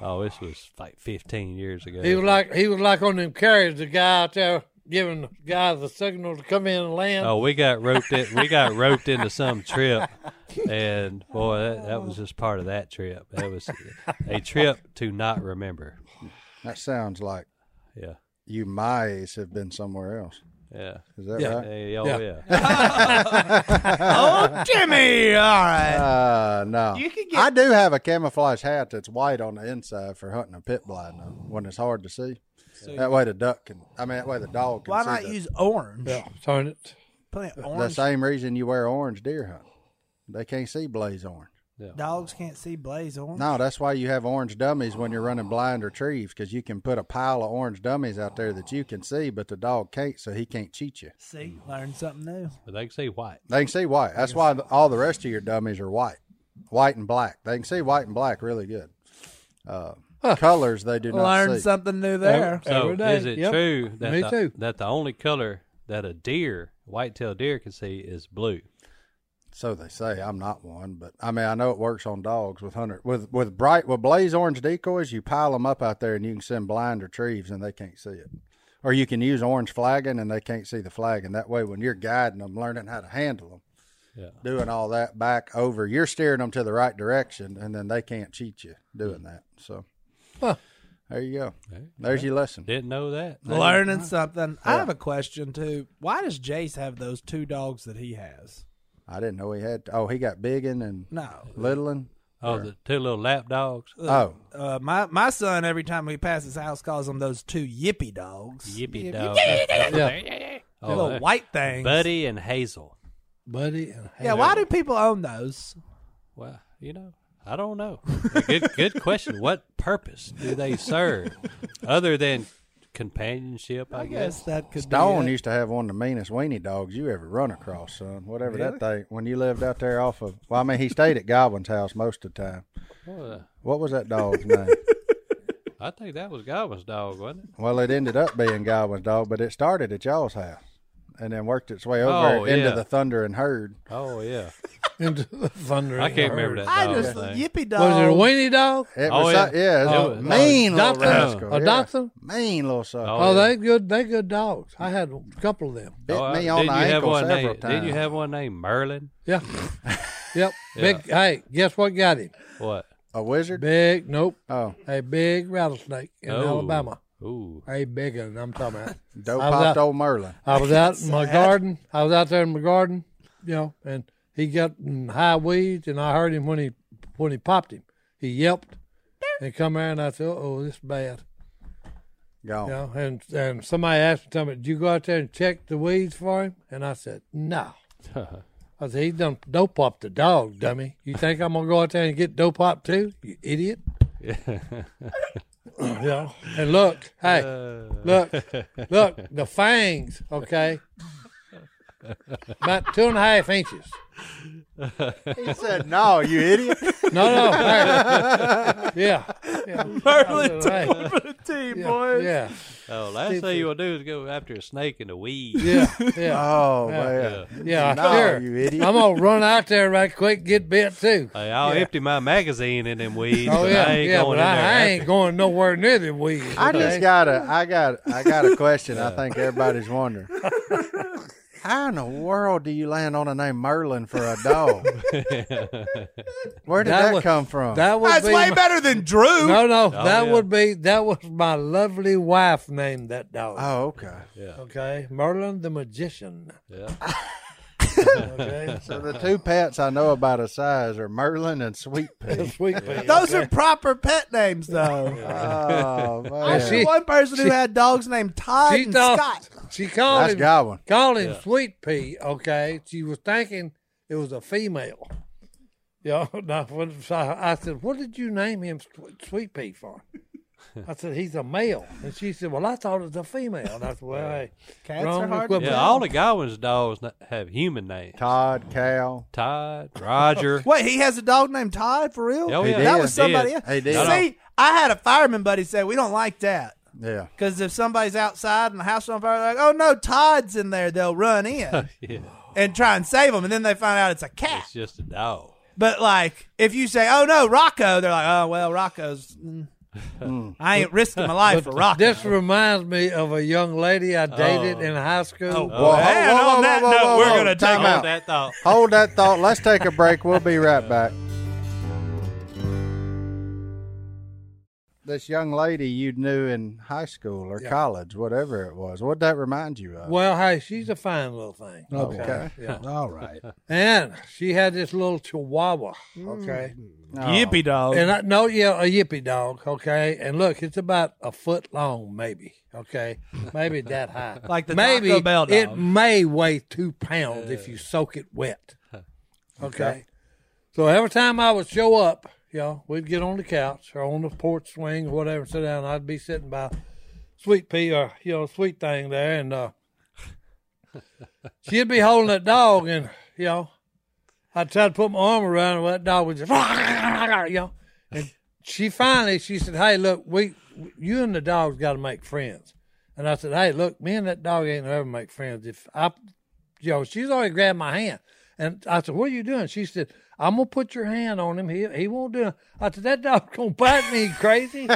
Speaker 4: Oh, this was like 15 years ago.
Speaker 2: He was like he was like on them carriers, the guy out there giving the guy the signal to come in and land.
Speaker 4: Oh, we got roped in. We got roped into some trip, and boy, that, that was just part of that trip. That was a trip to not remember.
Speaker 3: That sounds like
Speaker 4: Yeah,
Speaker 3: you mice have been somewhere else.
Speaker 4: yeah,
Speaker 3: Is that
Speaker 2: Yeah.
Speaker 3: right?
Speaker 4: Hey, oh yeah.
Speaker 2: Yeah.
Speaker 1: Oh, Jimmy! All right.
Speaker 3: Uh no.
Speaker 1: You could
Speaker 3: I do have a camouflage hat that's white on the inside for hunting a pit blind though, when it's hard to see. that way the duck can I mean that way the dog can
Speaker 1: Why
Speaker 3: see
Speaker 1: not
Speaker 3: the,
Speaker 1: use orange?
Speaker 2: Yeah, turn it.
Speaker 1: Plenty of
Speaker 3: the
Speaker 1: orange.
Speaker 3: same reason you wear orange deer hunt. They can't see blaze orange.
Speaker 1: Dogs can't see blaze orange.
Speaker 3: No, that's why you have orange dummies when you're running blind retrieves because you can put a pile of orange dummies out there that you can see, but the dog can't, so he can't cheat you.
Speaker 1: See, learn something new.
Speaker 4: But they can see white.
Speaker 3: They can see white. That's why the, all the rest of your dummies are white, white and black. They can see white and black really good. Uh, colors they do not
Speaker 1: Learn
Speaker 3: see.
Speaker 1: something new there.
Speaker 4: So
Speaker 2: Every day.
Speaker 4: is it
Speaker 2: Yep.
Speaker 4: true that
Speaker 2: Me
Speaker 4: the,
Speaker 2: too.
Speaker 4: that the only color that a deer, white-tailed deer, can see is blue?
Speaker 3: So they say. I'm not one, but I mean I know it works on dogs with hunter with with bright with blaze orange decoys. You pile them up out there, and you can send blind retrieves, and they can't see it. Or you can use orange flagging, and they can't see the flagging. That way, when you're guiding them, learning how to handle them,
Speaker 4: Yeah.
Speaker 3: doing all that back over, you're steering them to the right direction, and then they can't cheat you doing that. So.
Speaker 2: Huh.
Speaker 3: There you go. There's your lesson.
Speaker 4: Didn't know that.
Speaker 1: Learning something. I have a question too. Why does Jace have those two dogs that he has?
Speaker 3: I didn't know he had. Oh, he got biggin and
Speaker 1: No.
Speaker 3: littlin.
Speaker 4: Oh, the two little lap dogs.
Speaker 3: Oh,
Speaker 1: Uh, my my son, every time we pass his house, calls them those two yippy dogs.
Speaker 4: Yippee
Speaker 1: Yip-
Speaker 4: dog.
Speaker 2: Yeah,
Speaker 1: yip- little
Speaker 4: there.
Speaker 1: white things.
Speaker 4: Oh, Buddy and Hazel.
Speaker 2: buddy.
Speaker 1: Yeah, why do people own those?
Speaker 4: Well, you know, I don't know. good, good question. What purpose do they serve other than companionship? I,
Speaker 1: I guess that could
Speaker 3: Stone
Speaker 1: be. it.
Speaker 3: used to have one of the meanest weenie dogs you ever run across, son. Whatever that thing. When you lived out there off of, well, I mean, he stayed at Godwin's house most of the time.
Speaker 4: Well,
Speaker 3: What was that dog's name?
Speaker 4: I think that was Godwin's dog, wasn't it?
Speaker 3: Well, it ended up being Godwin's dog, but it started at y'all's house and then worked its way over
Speaker 4: Oh,
Speaker 3: into
Speaker 4: yeah.
Speaker 3: the thunder and herd.
Speaker 4: Oh yeah,
Speaker 2: Into the thunder.
Speaker 4: I
Speaker 2: and
Speaker 4: can't
Speaker 2: the
Speaker 4: remember
Speaker 2: herd.
Speaker 4: that
Speaker 1: I
Speaker 4: dog
Speaker 1: just
Speaker 4: thing.
Speaker 1: yippy
Speaker 2: Was it a
Speaker 1: dog.
Speaker 2: weenie dog?
Speaker 3: It
Speaker 4: Oh,
Speaker 3: was,
Speaker 4: yeah.
Speaker 3: so- yeah, it
Speaker 4: Oh,
Speaker 3: was
Speaker 4: it
Speaker 3: a
Speaker 4: was
Speaker 3: mean little
Speaker 2: Dachshund.
Speaker 3: rascal.
Speaker 2: A
Speaker 3: yeah.
Speaker 2: Dachshund?
Speaker 3: Mean little son.
Speaker 4: Oh,
Speaker 2: Oh,
Speaker 4: yeah.
Speaker 2: they good. They good dogs. I had a couple of them.
Speaker 3: Bit
Speaker 4: Oh,
Speaker 3: me
Speaker 4: uh,
Speaker 3: on the
Speaker 4: didn't you have
Speaker 3: ankle
Speaker 4: one
Speaker 3: several
Speaker 4: named,
Speaker 3: times.
Speaker 4: Didn't you have one named Merlin?
Speaker 2: Yeah. yep. Big. Hey, guess what got him?
Speaker 4: What?
Speaker 3: a wizard?
Speaker 2: Big. Nope.
Speaker 3: Oh,
Speaker 2: A big rattlesnake in
Speaker 4: Oh.
Speaker 2: Alabama.
Speaker 4: Ooh,
Speaker 2: A big one. I'm talking about.
Speaker 3: dope
Speaker 2: I was
Speaker 3: popped
Speaker 2: out-
Speaker 3: old Merlin.
Speaker 2: I was out in my garden. I was out there in my garden, you know, and he got in high weeds, and I heard him when he when he popped him. He yelped, and come there, and I said, "Oh, this is bad."
Speaker 1: Oh.
Speaker 3: Gone.
Speaker 2: You know, and and somebody asked me, tell me, "Did you go out there and check the weeds for him?" And I said, "No." I said, "He done dope popped the dog, dummy. You think I'm gonna go out there and get dope popped too, you idiot?" you know, and look, hey,
Speaker 1: Uh.
Speaker 2: look, look, the fangs, okay, about two and a half inches.
Speaker 3: He said, "No, you idiot."
Speaker 2: No, no, hey. yeah, yeah,
Speaker 1: Merlin
Speaker 2: Hey,
Speaker 1: for the team,
Speaker 2: yeah,
Speaker 1: boys.
Speaker 2: yeah,
Speaker 4: oh, last thing you will do is go after a snake in the weeds.
Speaker 2: yeah, yeah.
Speaker 3: Oh
Speaker 4: Yeah.
Speaker 3: man,
Speaker 2: Yeah,
Speaker 3: No,
Speaker 2: sure.
Speaker 3: you idiot.
Speaker 2: I'm gonna run out there right quick, get bit too.
Speaker 4: Hey, I'll empty my magazine in them weeds.
Speaker 2: Oh
Speaker 4: but
Speaker 2: yeah,
Speaker 4: I ain't
Speaker 2: yeah,
Speaker 4: going
Speaker 2: but
Speaker 4: in
Speaker 2: I,
Speaker 4: there.
Speaker 2: I
Speaker 4: after-
Speaker 2: ain't going nowhere near the weeds.
Speaker 3: I just
Speaker 2: okay?
Speaker 3: got a, I got, I got a question. I think everybody's wondering. How in the world do you land on the name Merlin for a dog? Where did
Speaker 2: That
Speaker 3: that,
Speaker 2: was-
Speaker 3: come from?
Speaker 2: That would
Speaker 1: That's
Speaker 2: be
Speaker 1: way
Speaker 2: my-
Speaker 1: better than Drew.
Speaker 2: No, no, that
Speaker 4: Oh, yeah.
Speaker 2: would be that was my lovely wife named that dog.
Speaker 3: oh, okay.
Speaker 2: Okay, Merlin the magician.
Speaker 4: Yeah.
Speaker 2: Okay,
Speaker 3: So the two pets I know about a size are Merlin and Sweet Pea.
Speaker 2: sweet pea.
Speaker 1: Those are proper pet names, though.
Speaker 3: oh
Speaker 1: I
Speaker 3: man,
Speaker 1: knew
Speaker 2: She-
Speaker 1: one person who had dogs named Todd
Speaker 2: she
Speaker 1: and
Speaker 2: thought
Speaker 1: Scott.
Speaker 2: she called
Speaker 3: that's
Speaker 2: him
Speaker 3: got one.
Speaker 2: called him sweet pea. Okay, she was thinking it was a female. Yeah, no, when- so I said, "What did you name him Swe- Sweet Pea for?" I said, "He's a male," and she said, "Well, I thought it was a female." And I said, "Well, hey,
Speaker 1: Cats
Speaker 2: wrong
Speaker 1: are hard to
Speaker 2: equipment."
Speaker 4: Yeah, all the Godwin's dogs not- have human names.
Speaker 3: Todd, Cal.
Speaker 4: Todd, Roger.
Speaker 1: Wait, he has a dog named Todd for real?
Speaker 4: Oh,
Speaker 3: He
Speaker 4: yeah.
Speaker 3: did.
Speaker 1: That was somebody
Speaker 4: Did.
Speaker 1: else.
Speaker 3: He did.
Speaker 4: No, no.
Speaker 1: See, I had a fireman buddy say we don't like that
Speaker 3: Yeah.
Speaker 1: because if somebody's outside and the house is on fire, they're like, oh no, Todd's in there. They'll run in
Speaker 4: Yeah,
Speaker 1: and try and save them, and then they find out it's a cat.
Speaker 4: it's just a dog.
Speaker 1: But like, if you say, "Oh no, Rocco," they're like, "Oh well, Rocco's." mm. I ain't risking my life for Rocco.
Speaker 2: This reminds me of a young lady I dated in high school.
Speaker 4: Oh,
Speaker 3: Well,
Speaker 1: and on that note, we're gonna take-
Speaker 3: time
Speaker 4: Hold
Speaker 3: out.
Speaker 4: that thought.
Speaker 3: Hold that thought. Let's take a break. We'll be right back. This young lady you knew in high school or college, whatever it was, what'd that remind you of?
Speaker 2: Well, hey, she's a fine little thing.
Speaker 1: Oh.
Speaker 3: Okay.
Speaker 2: Yeah.
Speaker 3: All right.
Speaker 2: And she had this little chihuahua,
Speaker 1: Mm.
Speaker 2: okay?
Speaker 1: Yippee dog.
Speaker 2: And I no, yeah, a yippy dog, okay? And look, it's about a foot long, maybe, okay? Maybe that high.
Speaker 1: Like the
Speaker 2: maybe
Speaker 1: Taco Bell dog.
Speaker 2: It may weigh two pounds if you soak it wet, okay? So every time I would show up, you know, we'd get on the couch or on the porch swing or whatever, sit down. I'd be sitting by sweet pea or you know sweet thing there, and uh, she'd be holding that dog, and you know, I'd try to put my arm around her, but that dog would just you know, and she finally she said, "Hey, look, we you and the dog's got to make friends," and I said, "Hey, look, me and that dog ain't ever make friends. If I, you know, she's already grabbed my hand." And I said, "What are you doing?" She said, "I'm gonna put your hand on him. He he won't do it." I said, "That dog's gonna bite me, you crazy."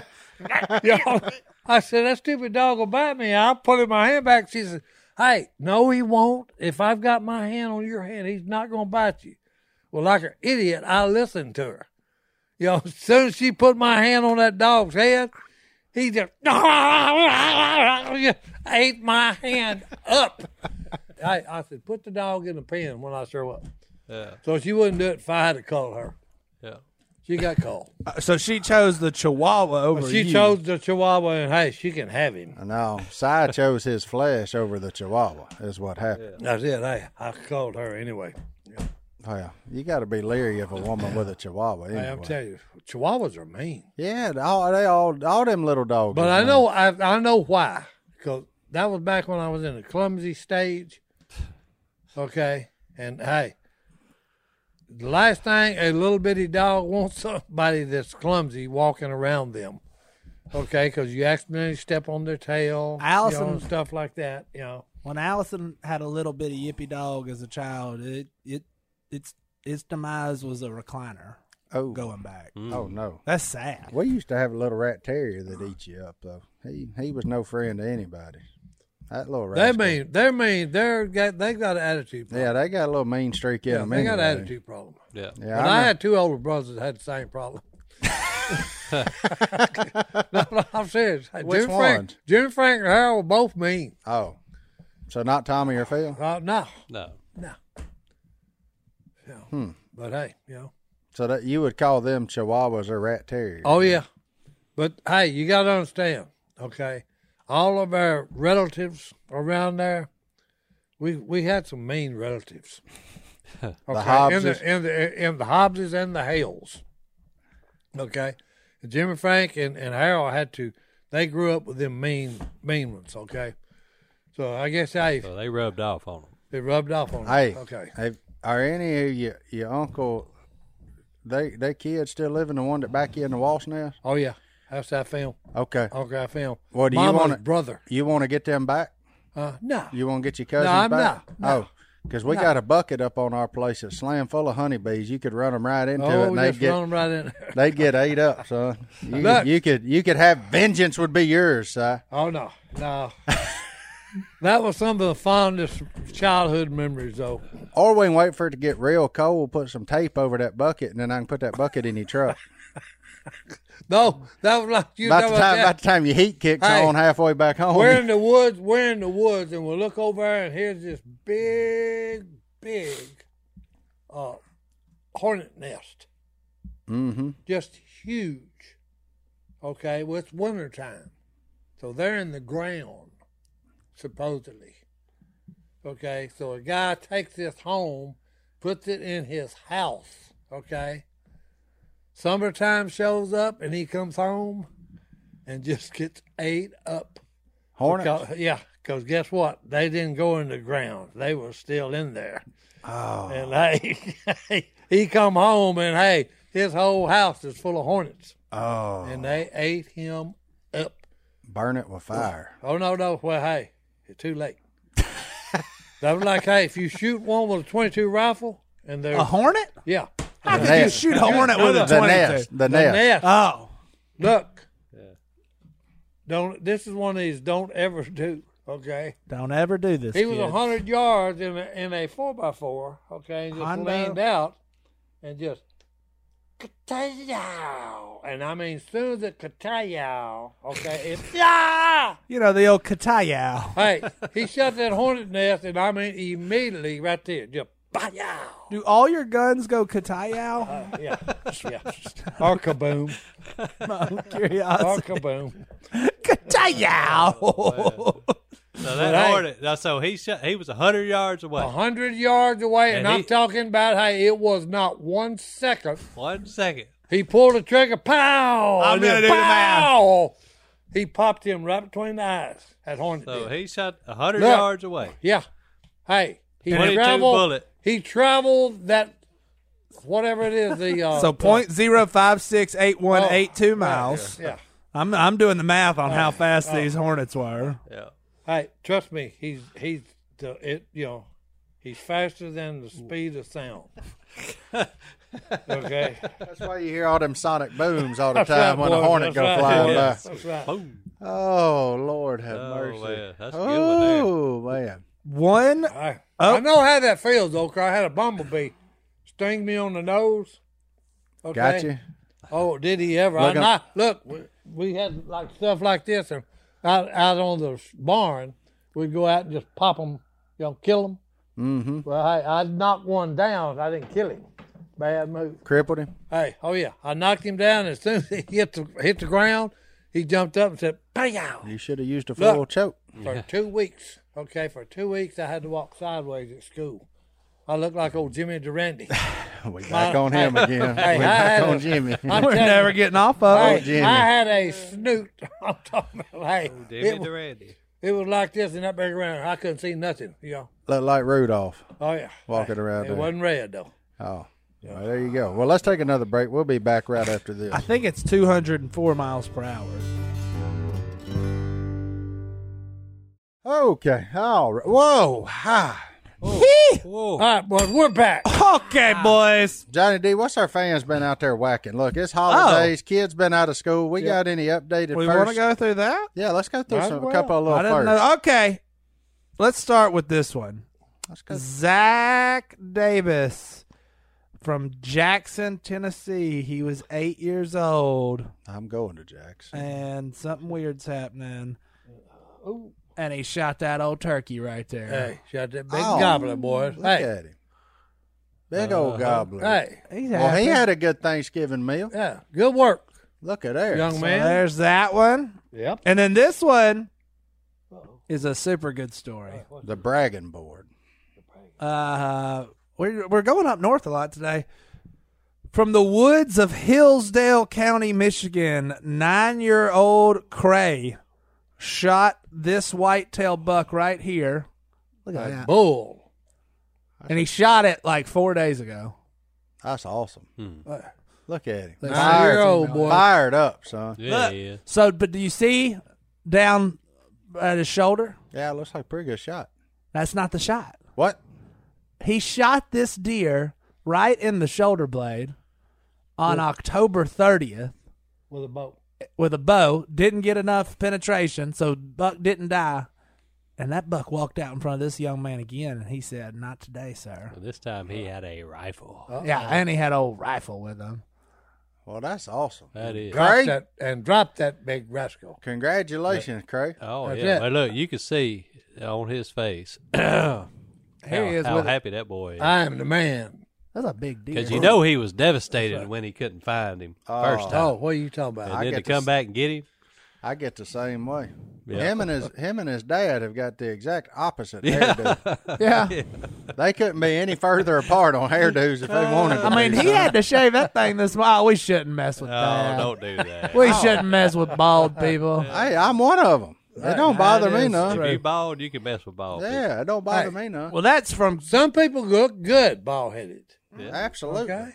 Speaker 2: you know, I said, that stupid dog will bite me. I put in my hand back. She said, hey, no, he won't. If I've got my hand on your hand, he's not going to bite you. Well, like an idiot, I listened to her. You know, as soon as she put my hand on that dog's head, he just ate my hand up. I, I said, put the dog in the pen when I show up.
Speaker 4: Yeah.
Speaker 2: So she wouldn't do it if I had to call her.
Speaker 4: Yeah.
Speaker 2: She got called.
Speaker 1: uh, So she chose the Chihuahua over
Speaker 2: she
Speaker 1: you.
Speaker 2: chose the Chihuahua, and hey, she can have him.
Speaker 3: I know. Si chose his flesh over the Chihuahua, is what happened.
Speaker 2: That's it. I I called her anyway.
Speaker 3: Well, you got to be leery of a woman with a Chihuahua. Anyway.
Speaker 2: Hey, I'm telling you, Chihuahuas are mean.
Speaker 3: yeah, all, they all, all them little dogs.
Speaker 2: But
Speaker 3: is
Speaker 2: I
Speaker 3: mean.
Speaker 2: know I I know why. Cause that was back when I was in the clumsy stage. Okay, and hey, the last thing a little bitty dog wants somebody that's clumsy walking around them. Okay, because you accidentally step on their tail, you know,
Speaker 1: Allison-
Speaker 2: and stuff like that. You know,
Speaker 1: When Allison had a little bitty yippy dog as a child, it it its its demise was a recliner
Speaker 3: Oh,
Speaker 1: going back.
Speaker 3: oh no.
Speaker 1: That's sad.
Speaker 3: We used to have a little rat terrier that eat you up though. He he was no friend to anybody. That little
Speaker 2: they
Speaker 3: rat.
Speaker 2: mean they're mean. They're got they got an attitude. Problem.
Speaker 3: Yeah, they got a little mean streak in them.
Speaker 2: they got an
Speaker 3: anyway.
Speaker 2: attitude problem.
Speaker 4: Yeah.
Speaker 3: Yeah,
Speaker 2: But I,
Speaker 3: I know.
Speaker 2: had two older brothers that had the same problem. no, no, I'm serious. Hey,
Speaker 3: Which
Speaker 2: Jim Frank,
Speaker 3: ones?
Speaker 2: Jim Frank and Harold were both mean.
Speaker 3: Oh, so not Tommy or Phil.
Speaker 2: Uh, no,
Speaker 4: No.
Speaker 2: Yeah. but hey, you know.
Speaker 3: So that you would call them Chihuahuas or rat terriers.
Speaker 2: Oh yeah, but hey, you got to understand. Okay, all of our relatives around there, we we had some mean relatives. Okay, in
Speaker 3: Hobbses.
Speaker 2: the in the in the Hobbses and the Hales. Okay, Jim and Frank and, and Harold had to. They grew up with them mean mean ones. Okay, so I guess I
Speaker 4: So they rubbed off on them.
Speaker 2: it rubbed off on. them.
Speaker 3: Hey,
Speaker 2: okay,
Speaker 3: have- are any of you your uncle? They they kids still living the one that back you in the wash nest?
Speaker 2: oh yeah, that's that film.
Speaker 3: Okay.
Speaker 2: Okay, I film.
Speaker 3: Well, do you
Speaker 2: Mama's
Speaker 3: wanna-
Speaker 2: brother?
Speaker 3: You want to get them back?
Speaker 2: Uh, no.
Speaker 3: You want to get your cousins
Speaker 2: I'm
Speaker 3: back?
Speaker 2: not. No.
Speaker 3: Oh, because we got a bucket up on our place that's slam full of honeybees. You could run them right into it,
Speaker 2: oh,
Speaker 3: and
Speaker 2: we
Speaker 3: they'd
Speaker 2: just
Speaker 3: get
Speaker 2: thrown them right in there.
Speaker 3: they'd get ate up, son. You,
Speaker 2: Look.
Speaker 3: could, you could you could have vengeance would be yours, si.
Speaker 2: Oh no, no, Oh, That was some of the fondest childhood memories, though.
Speaker 3: Or we can wait for it to get real cold, put some tape over that bucket, and then I can put that bucket in your truck.
Speaker 2: No, that was like you
Speaker 3: by,
Speaker 2: know
Speaker 3: the time, by
Speaker 2: that.
Speaker 3: the time your heat kicks
Speaker 2: Hey,
Speaker 3: on halfway back home,
Speaker 2: We're in the woods. We're in the woods, and we'll look over there, and here's this big, big uh, hornet nest.
Speaker 3: hmm
Speaker 2: just huge. Okay, well, it's wintertime. So they're in the ground, supposedly. Okay, so a guy takes this home, puts it in his house. Okay. Summertime shows up and he comes home and just gets ate up.
Speaker 3: Hornets.
Speaker 2: Because, yeah, because guess what? They didn't go in the ground. They were still in there. Oh. And hey, he come home and hey, his whole house is full of hornets,
Speaker 3: Oh,
Speaker 2: and they ate him up.
Speaker 3: burn it with fire.
Speaker 2: Oh no, no. Well, hey, it's too late. they was like, hey, if you shoot one with a twenty-two rifle, and they're
Speaker 1: A hornet?
Speaker 2: yeah,
Speaker 1: How could you
Speaker 3: nest.
Speaker 1: shoot a hornet with a
Speaker 3: the
Speaker 1: 22?
Speaker 3: nest. The,
Speaker 2: the
Speaker 3: nest.
Speaker 2: nest.
Speaker 1: Oh.
Speaker 2: Look, don't. This is one of these. Don't ever do. Okay.
Speaker 1: Don't ever do this.
Speaker 2: He was a
Speaker 1: kids.
Speaker 2: hundred yards in a in a four by four. Okay, and just
Speaker 1: Hondo.
Speaker 2: leaned out and just katayow. And I mean, soon as it katayow, okay, it yeah.
Speaker 1: You know, the old Katayao.
Speaker 2: Hey, he shot that hornet nest, and I mean, immediately right there, just bayow.
Speaker 1: Do all your guns go Katayao?
Speaker 2: Yeah, yeah. Or kaboom,
Speaker 1: I'm
Speaker 3: Oh.
Speaker 2: or
Speaker 1: curious.
Speaker 2: kaboom.
Speaker 3: Oh,
Speaker 1: Katayao.
Speaker 4: So
Speaker 2: hey.
Speaker 4: that
Speaker 2: Uh-huh.
Speaker 4: hornet. now, So he shot, he was hundred yards
Speaker 2: A
Speaker 4: away.
Speaker 2: hundred yards away, and,
Speaker 4: And
Speaker 2: I'm
Speaker 4: he-
Speaker 2: talking about hey, it was not one second
Speaker 4: One second.
Speaker 2: He pulled the trigger, pow!
Speaker 1: I'm
Speaker 2: and
Speaker 1: gonna
Speaker 2: then
Speaker 1: do the math.
Speaker 2: pow! He popped him right between the eyes. That hornet
Speaker 4: So
Speaker 2: did.
Speaker 4: he shot hundred
Speaker 2: Look.
Speaker 4: yards away.
Speaker 2: yeah. Hey, he
Speaker 4: 22
Speaker 2: traveled.
Speaker 4: bullet.
Speaker 2: He traveled that whatever it is. The uh,
Speaker 1: So point zero five six eight one eight
Speaker 3: Oh.
Speaker 1: two miles.
Speaker 2: Yeah.
Speaker 1: I'm I'm doing the math on how fast these hornets were.
Speaker 4: Yeah.
Speaker 2: Hey, trust me. He's he's the it. You know, he's faster than the speed of sound. okay.
Speaker 3: That's why you hear all them sonic booms all the
Speaker 2: That's right,
Speaker 3: time when a
Speaker 2: boys,
Speaker 3: hornet
Speaker 2: that's
Speaker 3: go
Speaker 2: right,
Speaker 3: flying
Speaker 2: boys,
Speaker 3: by.
Speaker 2: That's right.
Speaker 4: Boom.
Speaker 3: Oh Lord, have
Speaker 4: Oh,
Speaker 3: mercy.
Speaker 4: man, that's a good one there.
Speaker 3: oh man,
Speaker 1: One
Speaker 2: I,
Speaker 1: Oh.
Speaker 2: I know how that feels, though, 'cause I had a bumblebee sting me on the nose. Okay.
Speaker 3: got you.
Speaker 2: Oh, did he ever?
Speaker 3: Look,
Speaker 2: I, I-
Speaker 3: I'm-
Speaker 2: look we, we had like stuff like this, and out, out on the barn, we'd go out and just pop them, you know, kill them. Mm-hmm. Well, hey, I knocked one down. I didn't kill him. Bad move.
Speaker 3: Crippled him.
Speaker 2: Hey, oh yeah, I knocked him down. As soon as he hit the hit the ground, he jumped up and said, "Pow!"
Speaker 3: You should have used a
Speaker 2: Look.
Speaker 3: full choke.
Speaker 2: for two weeks. Okay, for two weeks I had to walk sideways at school. I looked like old Jimmy Durante.
Speaker 3: We
Speaker 2: My-
Speaker 3: back on him
Speaker 2: hey,
Speaker 3: again.
Speaker 2: hey,
Speaker 3: we
Speaker 2: I
Speaker 3: back
Speaker 2: had
Speaker 3: on
Speaker 2: a-
Speaker 3: Jimmy.
Speaker 2: I'm
Speaker 1: we're
Speaker 2: telling
Speaker 1: never
Speaker 2: you.
Speaker 1: getting off of.
Speaker 2: Hey,
Speaker 1: it.
Speaker 3: Jimmy.
Speaker 2: I had a snoot. I'm talking about, hey,
Speaker 4: David
Speaker 2: it, wa-
Speaker 4: Durante.
Speaker 2: it was like this and that back around. I couldn't see nothing, you know.
Speaker 3: Look like Rudolph
Speaker 2: Oh, yeah.
Speaker 3: walking around
Speaker 2: it
Speaker 3: there.
Speaker 2: wasn't red, though.
Speaker 3: Oh, well, there you go. Well, let's take another break. We'll be back right after this.
Speaker 1: I think it's two hundred and four miles per hour.
Speaker 3: Okay. All right. Whoa. Hi.
Speaker 4: Whoa.
Speaker 2: All right, boys, we're back.
Speaker 1: Oh. Okay, boys.
Speaker 3: Johnny D, what's our fans been out there whacking? Look, it's holidays. Kids been out of school. We got any updated
Speaker 1: We want
Speaker 3: first?
Speaker 1: to go through that.
Speaker 3: Yeah, let's go through
Speaker 2: Right,
Speaker 3: some, a
Speaker 2: well,
Speaker 3: couple of
Speaker 1: I
Speaker 3: little
Speaker 1: didn't
Speaker 3: first.
Speaker 1: know. Okay, let's start with this one.
Speaker 3: Let's go.
Speaker 1: Zach Davis from Jackson, Tennessee. He was eight years old,
Speaker 3: I'm going to Jackson.
Speaker 1: and something weird's happening.
Speaker 2: Ooh.
Speaker 1: And he shot that old turkey right there.
Speaker 2: Oh. Hey, shot that big
Speaker 3: Oh,
Speaker 2: gobbler, boys.
Speaker 3: Look
Speaker 2: Hey, Uh-huh.
Speaker 3: at him. Big old goblin.
Speaker 2: hey,
Speaker 1: He's
Speaker 3: Well, he
Speaker 1: happy.
Speaker 3: had a good Thanksgiving meal.
Speaker 2: yeah, good work,
Speaker 3: Look at there.
Speaker 2: young
Speaker 1: So
Speaker 2: man.
Speaker 1: there's that one,
Speaker 2: Yep.
Speaker 1: and then this one is a super good story.
Speaker 3: The bragging board.
Speaker 1: Uh, we're we're going up north a lot today. From the woods of Hillsdale County, Michigan, nine-year-old Cray shot this whitetail buck right here,
Speaker 3: Look
Speaker 2: A
Speaker 3: that.
Speaker 2: bull.
Speaker 1: and he shot it like four days ago.
Speaker 3: That's awesome. Look at him.
Speaker 1: That's
Speaker 3: Fired,
Speaker 2: Nine-year-old boy.
Speaker 3: fired up, son.
Speaker 4: Yeah,
Speaker 1: Look,
Speaker 4: yeah.
Speaker 1: So, but do you see down at his shoulder?
Speaker 3: Yeah, it looks like a pretty good shot.
Speaker 1: That's not the shot.
Speaker 3: What?
Speaker 1: He shot this deer right in the shoulder blade on October 30th.
Speaker 2: With a boat.
Speaker 1: with a bow, didn't get enough penetration, so Buck didn't die. And that buck walked out in front of this young man again, and he said, "Not today, sir."
Speaker 4: And this time he had a rifle.
Speaker 2: Uh,
Speaker 1: Yeah, and he had old rifle with him.
Speaker 3: Well, that's awesome.
Speaker 4: That is.
Speaker 2: Drop
Speaker 3: Great.
Speaker 2: that and drop that big rascal.
Speaker 3: Congratulations, Craig.
Speaker 4: Oh
Speaker 2: That's
Speaker 4: yeah.
Speaker 2: it.
Speaker 4: But look, you can see on his face how,
Speaker 1: Here he is
Speaker 4: how
Speaker 1: with it.
Speaker 4: happy that boy is.
Speaker 2: I am the man.
Speaker 1: That's a big deal.
Speaker 4: Because you know he was devastated when he couldn't find him first time.
Speaker 2: Oh, what are you talking about?
Speaker 4: and
Speaker 3: I
Speaker 4: then to
Speaker 3: get to
Speaker 4: come
Speaker 3: s-
Speaker 4: back and get him.
Speaker 3: I get the same way.
Speaker 4: Yeah.
Speaker 3: Him and his him and his dad have got the exact opposite hairdo.
Speaker 1: yeah.
Speaker 3: they couldn't be any further apart on hairdos if they wanted to.
Speaker 1: I mean,
Speaker 3: be,
Speaker 1: he
Speaker 3: son.
Speaker 1: had to shave that thing this morning. we shouldn't mess with
Speaker 4: Oh,
Speaker 1: that.
Speaker 4: don't do that.
Speaker 1: We shouldn't mess with bald people.
Speaker 3: Hey, I'm one of them. It don't bother me
Speaker 1: is
Speaker 3: none.
Speaker 4: if you bald, you can mess with bald. people.
Speaker 3: Yeah, it don't bother
Speaker 2: Hey.
Speaker 3: me none.
Speaker 1: Well, that's from,
Speaker 2: Some people look good bald headed.
Speaker 3: Absolutely.
Speaker 2: Okay.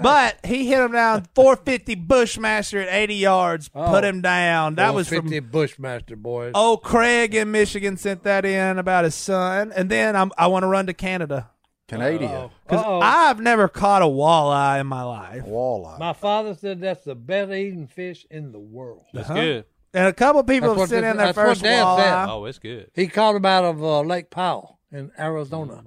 Speaker 1: but he hit him down 450 Bushmaster at 80 yards, put him down. That was from
Speaker 2: 50 Bushmaster boys.
Speaker 1: Oh, Craig in Michigan sent that in about his son, and then I'm, I want to run to Canada
Speaker 3: Canadian
Speaker 2: Oh.
Speaker 1: because
Speaker 2: Uh-oh.
Speaker 1: I've never caught a walleye in my life.
Speaker 3: walleye.
Speaker 2: My father said that's the best eating fish in the world.
Speaker 3: Uh-huh.
Speaker 4: That's good.
Speaker 1: And a couple people have
Speaker 2: That's what
Speaker 1: sent
Speaker 2: this-
Speaker 1: in their
Speaker 2: that's what
Speaker 1: first
Speaker 2: Dan said.
Speaker 1: walleye.
Speaker 3: Uh-huh.
Speaker 4: Oh, it's good.
Speaker 2: He caught him out of uh, Lake Powell in
Speaker 1: Mm.
Speaker 2: Arizona.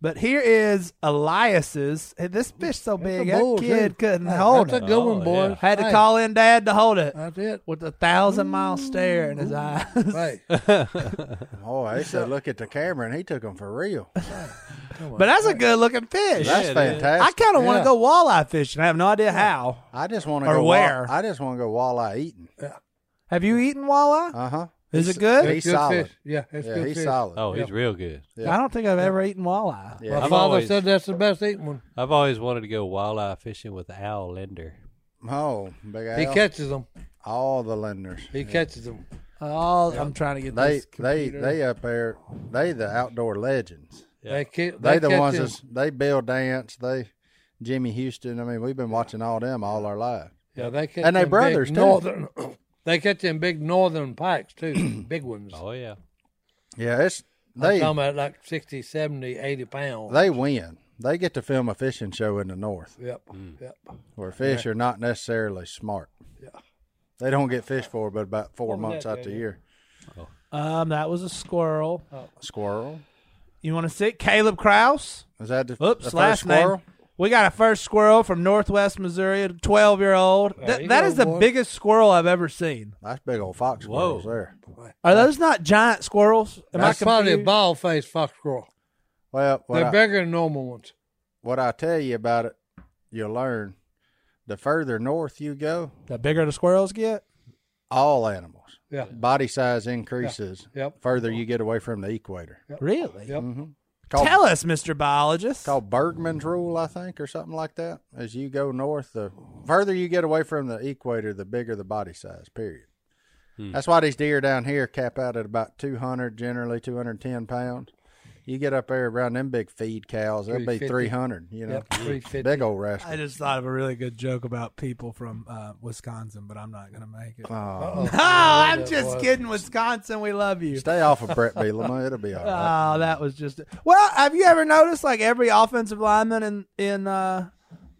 Speaker 1: But here is Elias's. Hey, This fish so
Speaker 2: That's a
Speaker 1: big, that
Speaker 2: bull,
Speaker 1: kid
Speaker 2: too.
Speaker 1: couldn't
Speaker 2: Hey,
Speaker 1: hold
Speaker 2: That's a Uh,
Speaker 1: it.
Speaker 2: good one,
Speaker 4: Oh,
Speaker 2: boys.
Speaker 4: yeah.
Speaker 1: Had to
Speaker 2: Hey,
Speaker 1: call in dad to hold it Mm.
Speaker 2: That's it.
Speaker 1: with a thousand mile stare in his eyes.
Speaker 2: Hey,
Speaker 3: Boy, Oh, they said look at the camera, and he took them for real.
Speaker 1: But that's a good looking fish.
Speaker 4: Yeah, it
Speaker 3: That's
Speaker 4: is.
Speaker 1: I
Speaker 3: fantastic.
Speaker 1: kind of want to
Speaker 2: Yeah.
Speaker 1: go walleye fishing. I have no idea how.
Speaker 3: I, just want to
Speaker 1: Or
Speaker 3: go. wa-
Speaker 1: where?
Speaker 3: I just want to go walleye eating.
Speaker 1: Have you eaten walleye?
Speaker 3: Uh huh.
Speaker 1: Is it good?
Speaker 3: He's solid.
Speaker 2: fish. Yeah, it's
Speaker 3: Yeah,
Speaker 2: good
Speaker 3: he's
Speaker 2: fish.
Speaker 3: solid.
Speaker 4: Oh, he's real good.
Speaker 3: yeah.
Speaker 1: I don't think I've ever eaten walleye.
Speaker 2: My
Speaker 3: Yeah.
Speaker 4: I've
Speaker 2: father
Speaker 4: always-
Speaker 2: said that's the best eating one.
Speaker 4: I've always wanted to go walleye fishing with Al Linder.
Speaker 3: Oh, big
Speaker 2: He
Speaker 3: Al.
Speaker 2: catches them.
Speaker 3: all the lenders.
Speaker 2: He catches them.
Speaker 1: Oh, I'm trying to get
Speaker 3: They
Speaker 1: this.
Speaker 3: they
Speaker 1: computer.
Speaker 3: they up there. They the outdoor legends.
Speaker 2: They, ca-
Speaker 3: They, the
Speaker 2: catch
Speaker 3: ones
Speaker 2: them.
Speaker 3: that's they Bill Dance. They Jimmy Houston. I mean, we've been watching all them all our life.
Speaker 2: Yeah, they catch
Speaker 3: And they
Speaker 2: them big
Speaker 3: brothers, too.
Speaker 2: northern. They catch them big northern pikes too, big ones.
Speaker 4: Oh yeah.
Speaker 3: Yeah, it's
Speaker 2: I'm
Speaker 3: they
Speaker 2: talking about like 60, 70, 80 pounds.
Speaker 3: they win. They get to film a fishing show in the north
Speaker 2: yep,
Speaker 4: Mm.
Speaker 2: yep.
Speaker 3: where fish are not necessarily smart.
Speaker 2: Yeah.
Speaker 3: They don't get fished for but about four
Speaker 2: was
Speaker 3: months
Speaker 2: that,
Speaker 3: out the
Speaker 2: Daniel?
Speaker 3: year.
Speaker 1: um, that was a squirrel.
Speaker 3: Squirrel.
Speaker 1: You want to see it? Caleb Kraus?
Speaker 3: Is that the, the
Speaker 1: Oops,
Speaker 3: first
Speaker 1: last
Speaker 3: squirrel?
Speaker 1: name. We got a first squirrel from Northwest Missouri, a 12 year old.
Speaker 2: you
Speaker 1: that
Speaker 2: go,
Speaker 1: is the
Speaker 2: boy.
Speaker 1: biggest squirrel I've ever seen.
Speaker 3: That's big old fox squirrels there.
Speaker 1: Are those not giant squirrels? Am
Speaker 2: That's
Speaker 1: I
Speaker 2: probably a
Speaker 1: confused?
Speaker 2: bald faced fox squirrel.
Speaker 3: Well, what
Speaker 2: They're
Speaker 3: I-
Speaker 2: bigger than normal ones.
Speaker 3: what I tell you about it, you'll learn. The further north you go,
Speaker 1: The bigger the squirrels get?
Speaker 3: all animals
Speaker 2: Yeah.
Speaker 3: body size increases.
Speaker 2: Yep.
Speaker 3: Further you get away from the equator.
Speaker 1: Really?
Speaker 2: Yep.
Speaker 3: Called,
Speaker 1: Tell us, Mr. Biologist.
Speaker 3: called Bergman's rule, I think, or something like that. As you go north, the further you get away from the equator, the bigger the body size. Period. That's why these deer down here cap out at about two hundred, generally two hundred ten pounds. You get up there around them big feed cows, they'll be
Speaker 2: 350.
Speaker 3: three hundred. You know,
Speaker 2: Yep. 350.
Speaker 3: big old rascal.
Speaker 1: I just thought of a really good joke about people from uh, Wisconsin, but I'm not going to make it. Oh,
Speaker 3: Oh,
Speaker 1: I'm just kidding. Wisconsin, we love you.
Speaker 3: stay off of Brett Bielema; it'll be all right.
Speaker 1: Oh, that was just. Well, have you ever noticed like every offensive lineman in in uh,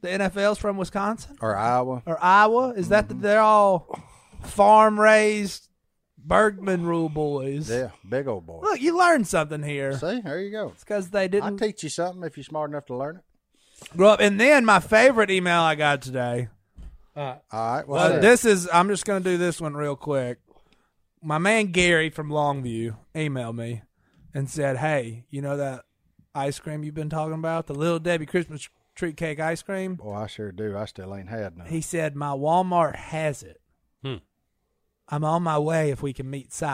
Speaker 1: the NFL's from Wisconsin
Speaker 3: or Iowa.
Speaker 1: or Iowa? Is that that they're all farm raised Bergman rule boys?
Speaker 3: Yeah, big old boy.
Speaker 1: Look, you learned something here.
Speaker 3: See, there you go.
Speaker 1: Because they
Speaker 3: I
Speaker 1: didn't
Speaker 3: teach you something if you're smart enough to learn it.
Speaker 1: grow up. And then my favorite email I got today.
Speaker 2: All right.
Speaker 3: All right. Well,
Speaker 1: Uh,
Speaker 3: sir.
Speaker 1: this is. I'm just going to do this one real quick. My man Gary from Longview emailed me and said, "Hey, you know that ice cream you've been talking about, the Little Debbie Christmas tree cake ice cream?
Speaker 3: Boy, I sure do. I still ain't had none.
Speaker 1: He said, "My Walmart has it.
Speaker 4: Hmm.
Speaker 1: I'm on my way if we can meet Si."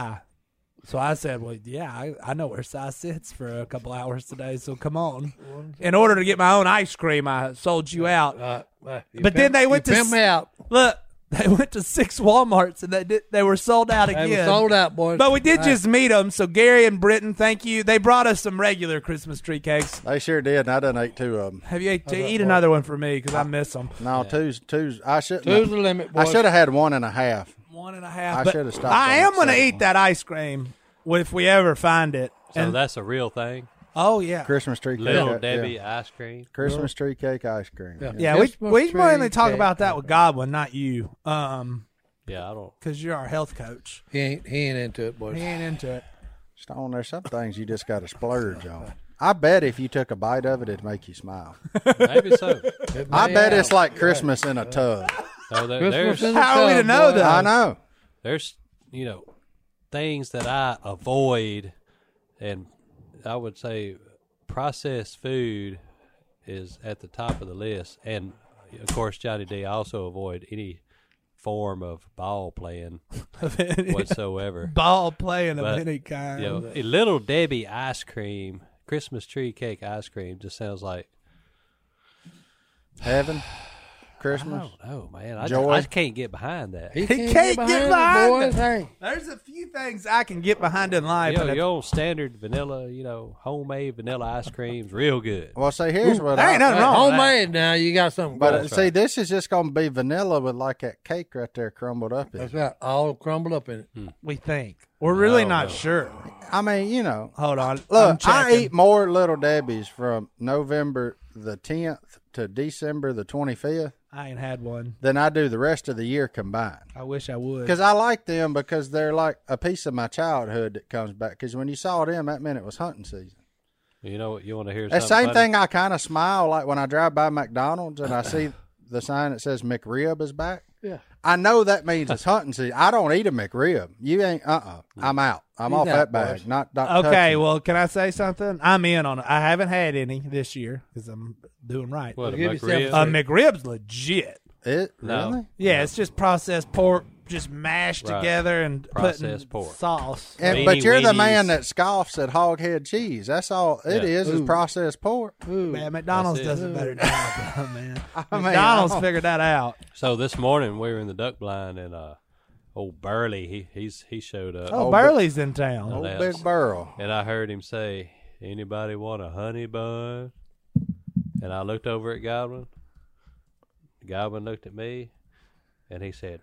Speaker 1: So I said, "Well, yeah, I, I know where Si sits for a couple hours today, so come on." In order to get my own ice cream, I sold you out.
Speaker 2: All right. All right. Uh, You
Speaker 1: But then
Speaker 2: pimp-
Speaker 1: they
Speaker 2: you
Speaker 1: went to
Speaker 2: pimp
Speaker 1: s-
Speaker 2: me out.
Speaker 1: Look, they went to six WalMarts and they did, they were sold out
Speaker 2: They
Speaker 1: again.
Speaker 2: were sold out, boys.
Speaker 1: But we did
Speaker 2: All right.
Speaker 1: just meet them. So Gary and Britton, thank you. They brought us some regular Christmas tree cakes.
Speaker 3: they sure did, and I done ate two of them.
Speaker 1: Have you ate, eat another one for me because I miss them.
Speaker 3: No, two's two's. I shouldn't.
Speaker 2: Two's
Speaker 3: have-
Speaker 2: the limit,
Speaker 3: I
Speaker 2: boys.
Speaker 3: should have had one and a half.
Speaker 1: One and a half.
Speaker 3: I
Speaker 1: but
Speaker 3: should've stopped
Speaker 1: I
Speaker 3: on
Speaker 1: am
Speaker 3: the
Speaker 1: going to
Speaker 3: second
Speaker 1: eat
Speaker 3: one.
Speaker 1: that ice cream if we ever find it.
Speaker 4: So
Speaker 1: and,
Speaker 4: that's a real thing.
Speaker 1: oh yeah,
Speaker 3: Christmas tree cake. uh,
Speaker 4: Little
Speaker 3: yeah,
Speaker 4: Debbie
Speaker 3: yeah.
Speaker 4: ice cream.
Speaker 3: Christmas tree cake ice cream.
Speaker 2: Yeah.
Speaker 1: yeah. We
Speaker 2: Christmas
Speaker 1: we
Speaker 2: tree
Speaker 1: mainly talk
Speaker 2: cake.
Speaker 1: about that with Godwin, not you, um,
Speaker 4: Yeah, I don't.
Speaker 1: because you're our health coach.
Speaker 2: He ain't, he ain't into it, boys.
Speaker 1: He ain't into it.
Speaker 3: Stone, there's some things you just got to splurge on. I bet if you took a bite of it, it'd make you smile.
Speaker 4: Maybe so.
Speaker 2: It
Speaker 3: I
Speaker 2: may
Speaker 3: bet it's
Speaker 2: help.
Speaker 3: like Christmas in a tub.
Speaker 4: So there-
Speaker 2: Christmas in
Speaker 4: there's
Speaker 2: a
Speaker 1: How are we to
Speaker 2: tub,
Speaker 1: know
Speaker 2: boy.
Speaker 1: that?
Speaker 3: I know.
Speaker 4: there's you know things that I avoid, and I would say processed food is at the top of the list. And of course, Johnny D I also avoid any form of ball playing whatsoever.
Speaker 1: Ball playing of
Speaker 4: But,
Speaker 1: any kind.
Speaker 4: you know, a little Debbie ice cream, Christmas tree cake ice cream, just sounds like
Speaker 3: Heaven,
Speaker 4: I
Speaker 3: Christmas.
Speaker 4: don't know, man. I, ju-
Speaker 3: Joy.
Speaker 4: I just can't get behind that.
Speaker 2: He
Speaker 1: can't get behind
Speaker 2: it,
Speaker 1: it.
Speaker 2: boys. Hey,
Speaker 1: There's a few things I can get behind in life.
Speaker 4: Yo,
Speaker 1: and if-
Speaker 4: your old standard vanilla, you know, homemade vanilla ice cream's real good.
Speaker 3: Well, see, here's what
Speaker 1: there
Speaker 3: I
Speaker 1: ain't nothing
Speaker 2: hey,
Speaker 1: wrong with that.
Speaker 2: homemade now. You got something.
Speaker 3: But
Speaker 2: going.
Speaker 3: uh, see, this is just gonna be vanilla with like that cake right there crumbled up. in it.
Speaker 2: that's right. All crumbled up in it.
Speaker 1: We think. We're really
Speaker 4: No,
Speaker 1: not
Speaker 4: no.
Speaker 1: sure.
Speaker 3: I mean, you know,
Speaker 1: Hold on. I'm
Speaker 3: look, I
Speaker 1: checking.
Speaker 3: eat more Little Debbie's from November the 10th to December the 25th
Speaker 1: I ain't had one.
Speaker 3: than I do the rest of the year combined.
Speaker 1: I wish I would.
Speaker 3: Because I like them because they're like a piece of my childhood that comes back. Because when you saw them, that meant it was hunting season.
Speaker 4: You know what? You want to hear
Speaker 3: The
Speaker 4: something
Speaker 3: same
Speaker 4: funny?
Speaker 3: thing. I kind of smile like when I drive by McDonald's and I see the sign that says McRib is back.
Speaker 2: Yeah.
Speaker 3: I know that means it's hunting season. I don't eat a McRib. You ain't. Uh. uh I'm out. I'm
Speaker 2: He's
Speaker 3: off
Speaker 2: out,
Speaker 3: that bag.
Speaker 2: boys.
Speaker 3: Not. not
Speaker 1: Okay,
Speaker 3: touching.
Speaker 1: well, can I say something? I'm in on it. I haven't had any this year because I'm doing right.
Speaker 4: What, a
Speaker 2: Give yourself
Speaker 4: McRib?
Speaker 2: a
Speaker 1: A Uh, McRib's legit.
Speaker 3: It
Speaker 4: No.
Speaker 3: really.
Speaker 1: Yeah, it's just processed pork, just mashed
Speaker 4: Right.
Speaker 1: together and
Speaker 4: Processed
Speaker 1: putting
Speaker 4: pork.
Speaker 1: sauce.
Speaker 3: And,
Speaker 4: Weenie
Speaker 3: but you're the man
Speaker 4: weenies.
Speaker 3: that scoffs at hog head cheese. That's all it
Speaker 4: Yeah.
Speaker 3: is. is processed pork.
Speaker 1: Man, McDonald's
Speaker 4: That's
Speaker 1: does
Speaker 4: it.
Speaker 1: it better than I do, man.
Speaker 3: mean,
Speaker 1: McDonald's
Speaker 3: I don't-
Speaker 1: figured that out.
Speaker 4: So this morning we were in the duck blind and uh, old Burley he he's he showed up
Speaker 1: Oh,
Speaker 3: Oh, but-
Speaker 1: Burley's in town.
Speaker 4: Oh,
Speaker 3: Old
Speaker 4: that's-
Speaker 3: big barrel.
Speaker 4: and I heard him say, "Anybody want a honey bun?" And I looked over at Godwin. Godwin looked at me, and he said,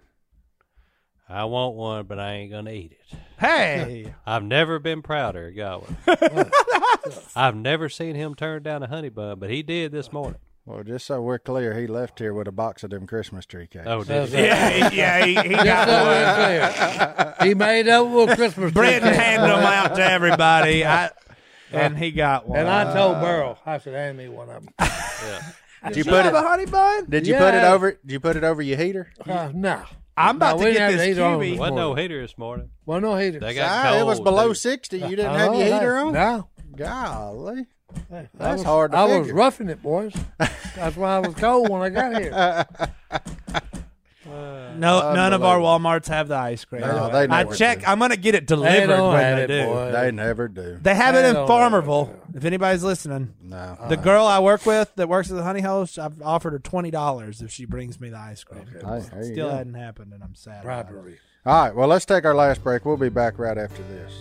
Speaker 4: "I want one, but I ain't gonna eat it."
Speaker 1: Hey,
Speaker 4: I've never been prouder of Godwin. I've never seen him turn down a honey bun, but he did this morning.
Speaker 3: Well, just so we're clear, he left here with a box of them Christmas tree cakes.
Speaker 4: Oh, did
Speaker 2: That's
Speaker 4: he?
Speaker 2: right.
Speaker 1: yeah, he- yeah, he, he got
Speaker 2: So
Speaker 1: one.
Speaker 2: it's there. he made up with Christmas tree
Speaker 1: Brenton
Speaker 2: cake.
Speaker 1: handed them out to everybody, I, and he got one.
Speaker 2: And I told Burl, I said, hand me one of them.
Speaker 3: did you
Speaker 1: Do you
Speaker 3: put
Speaker 1: have a
Speaker 3: it?
Speaker 1: honey bun?
Speaker 3: Did you put it
Speaker 2: Yeah.
Speaker 3: over? Did you put it over your heater?
Speaker 2: Uh, no.
Speaker 1: I'm about
Speaker 2: No,
Speaker 1: to get
Speaker 2: we didn't have
Speaker 1: this
Speaker 2: either on
Speaker 1: QB.
Speaker 2: this
Speaker 4: Wasn't no
Speaker 2: morning.
Speaker 4: heater this morning.
Speaker 2: Well, no heater.
Speaker 4: They got
Speaker 3: Ah, it was
Speaker 4: cold,
Speaker 3: below
Speaker 4: dude.
Speaker 3: sixty. You
Speaker 2: I
Speaker 3: didn't have your
Speaker 2: know,
Speaker 3: heater on.
Speaker 2: No.
Speaker 3: Golly,
Speaker 2: Hey, I
Speaker 3: That's
Speaker 2: was-
Speaker 3: hard to
Speaker 2: I was
Speaker 3: figure.
Speaker 2: roughing it, boys. That's why I was cold when I got here.
Speaker 1: No, none of our Walmarts have the ice cream.
Speaker 3: No, they
Speaker 1: I
Speaker 3: never
Speaker 1: check.
Speaker 3: do.
Speaker 1: I'm gonna get it
Speaker 2: They
Speaker 1: delivered
Speaker 2: don't
Speaker 1: when
Speaker 2: have
Speaker 1: they
Speaker 2: it,
Speaker 1: do.
Speaker 2: boys.
Speaker 3: they never do.
Speaker 1: They have it
Speaker 2: They
Speaker 1: in
Speaker 2: don't
Speaker 1: Farmerville. If anybody's listening,
Speaker 3: no, uh,
Speaker 1: the girl I work with that works at the Honey Host, I've offered her twenty dollars if she brings me the ice cream.
Speaker 3: Hey, there you
Speaker 1: Still
Speaker 3: go.
Speaker 1: hadn't happened, and I'm sad. about it.
Speaker 2: Bribery.
Speaker 3: All right. Well, let's take our last break. We'll be back right after this.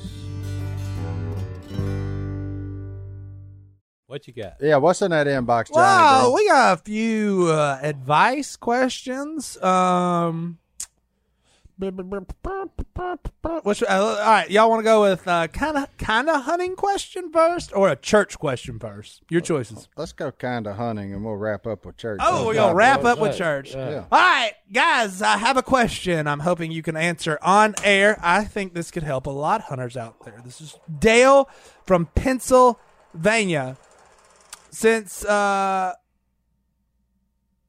Speaker 4: What you got?
Speaker 3: Yeah, what's in that inbox, Johnny?
Speaker 1: Wow,
Speaker 3: bro?
Speaker 1: we got a few uh, advice questions. Um, which, uh, all right, y'all want to go with kind of kind of hunting question first, or a church question first? Your choices.
Speaker 3: Let's go kind of hunting, and we'll wrap up with church.
Speaker 1: Oh, we're
Speaker 3: we
Speaker 1: gonna wrap up with church.
Speaker 3: Yeah.
Speaker 1: All right, guys, I have a question. I'm hoping you can answer on air. I think this could help a lot of hunters out there. This is Dale from Pennsylvania. Since uh,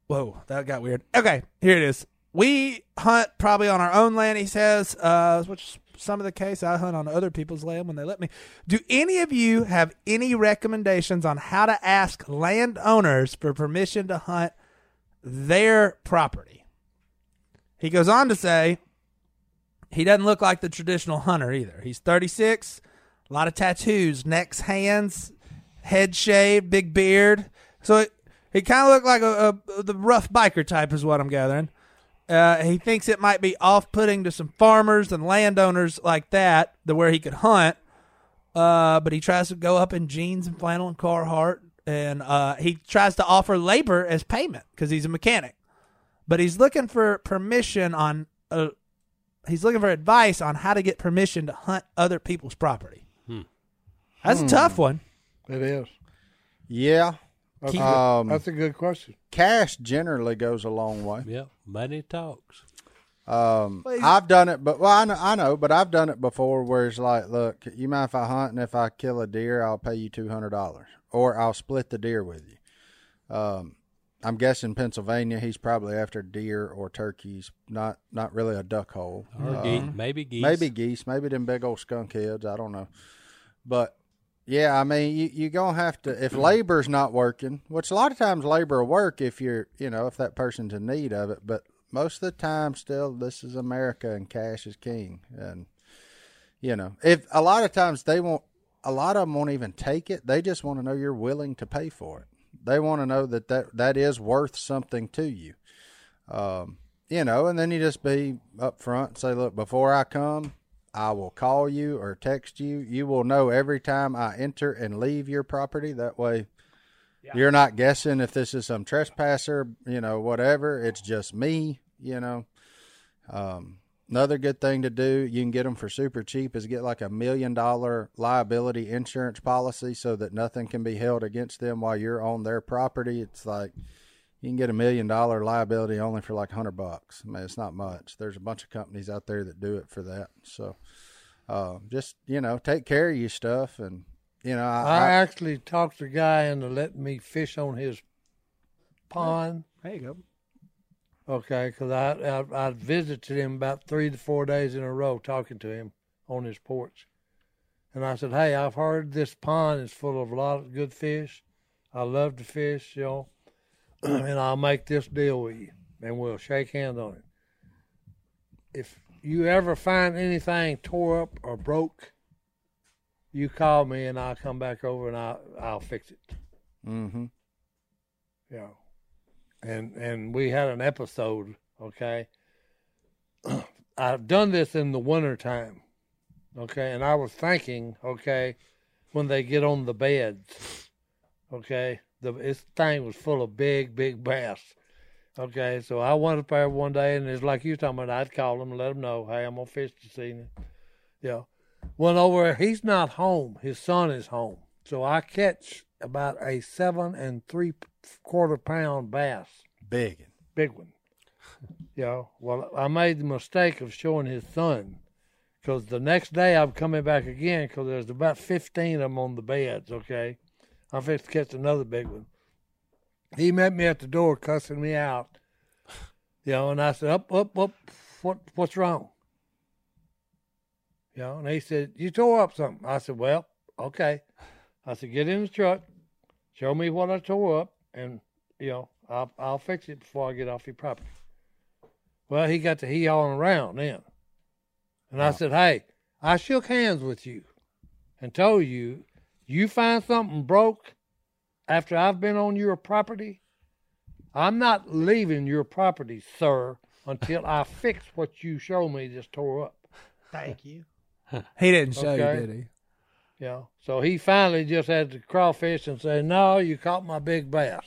Speaker 1: whoa, that got weird. Okay, here it is. We hunt probably on our own land. He says, uh, which some of the case I hunt on other people's land when they let me. Do any of you have any recommendations on how to ask landowners for permission to hunt their property. He goes on to say he doesn't look like the traditional hunter either. He's 36, a lot of tattoos, necks, hands, head shaved, big beard. So it, he kind of looked like a, a the rough biker type, is what I'm gathering. Uh, he thinks it might be off-putting to some farmers and landowners like that, the where he could hunt. Uh, but he tries to go up in jeans and flannel and Carhartt, and uh, he tries to offer labor as payment because he's a mechanic. But he's looking for permission on. Uh, he's looking for advice on how to get permission to hunt other people's property. That's a tough one.
Speaker 2: It is.
Speaker 3: Yeah,
Speaker 2: That's,
Speaker 1: Keep-
Speaker 2: a,
Speaker 3: Um,
Speaker 2: that's a good question.
Speaker 3: cash generally goes a long way.
Speaker 4: Yep, money talks.
Speaker 3: Um, I've done it, but well, I know, I know, but I've done it before where it's like, look, you mind if I hunt and if I kill a deer, I'll pay you two hundred dollars, or I'll split the deer with you. Um, I'm guessing Pennsylvania, he's probably after deer or turkeys, not not really a duck hole.
Speaker 4: Or
Speaker 3: Uh,
Speaker 4: geese, maybe geese.
Speaker 3: Maybe geese, maybe them big old skunk heads. I don't know, but yeah, I mean, you you gonna have to if labor's not working, which a lot of times labor will work if you're you know if that person's in need of it, but most of the time, still, this is America and cash is king, and you know if a lot of times they won't, a lot of them won't even take it. They just want to know you're willing to pay for it. They want to know that that that is worth something to you you know, and then you just be up front and say, look, before I come, I will call you or text you. You will know every time I enter and leave your property. That way, you're not guessing if this is some trespasser, you know, whatever. It's just me, you know. Um, another good thing to do, you can get them for super cheap, is get like a million dollar liability insurance policy so that nothing can be held against them while you're on their property. It's like, you can get a million dollar liability only for like a hundred bucks. I mean, it's not much. There's a bunch of companies out there that do it for that. So, uh, just you know, take care of your stuff, and you know, I,
Speaker 2: I
Speaker 3: I-
Speaker 2: actually talked the guy into letting me fish on his pond.
Speaker 1: There you go.
Speaker 2: Okay, because I, I I visited him about three to four days in a row, talking to him on his porch, and I said, "Hey, I've heard this pond is full of a lot of good fish. I love to fish, you know, and I'll make this deal with you, and we'll shake hands on it. If you ever find anything tore up or broke, you call me, and I'll come back over and I I'll fix it."
Speaker 3: mm-hmm.
Speaker 2: you know, and and we had an episode. Okay, I've done this in the winter time. Okay, and I was thinking, okay, when they get on the beds, okay, the this thing was full of big, big bass. Okay, so I went up there one day, and it's like you talking about. I'd call them, and let them know, hey, I'm gonna fish this evening. Yeah, went over. He's not home. His son is home. So I catch about a seven and three quarter pound bass,
Speaker 3: big.
Speaker 2: big one. Yeah. Well, I made the mistake of showing his son, because the next day I'm coming back again, because there's about fifteen of them on the beds. Okay, I'm fixed to catch another big one. He met me at the door, cussing me out. You know, and I said, "Up, up, up! What, what's wrong?" You know, and he said, "You tore up something." I said, "Well, okay." I said, "Get in the truck, show me what I tore up, and you know, I'll I'll fix it before I get off your property." Well, he got to he all around then, and I said, "Hey, I shook hands with you, and told you, you find something broke after I've been on your property." I'm not leaving your property, sir, until I fix what you show me this tore up.
Speaker 1: He didn't show
Speaker 2: Okay.
Speaker 1: you, did he?
Speaker 2: You know, so he finally just had to crawfish and say, "No, you caught my big bass."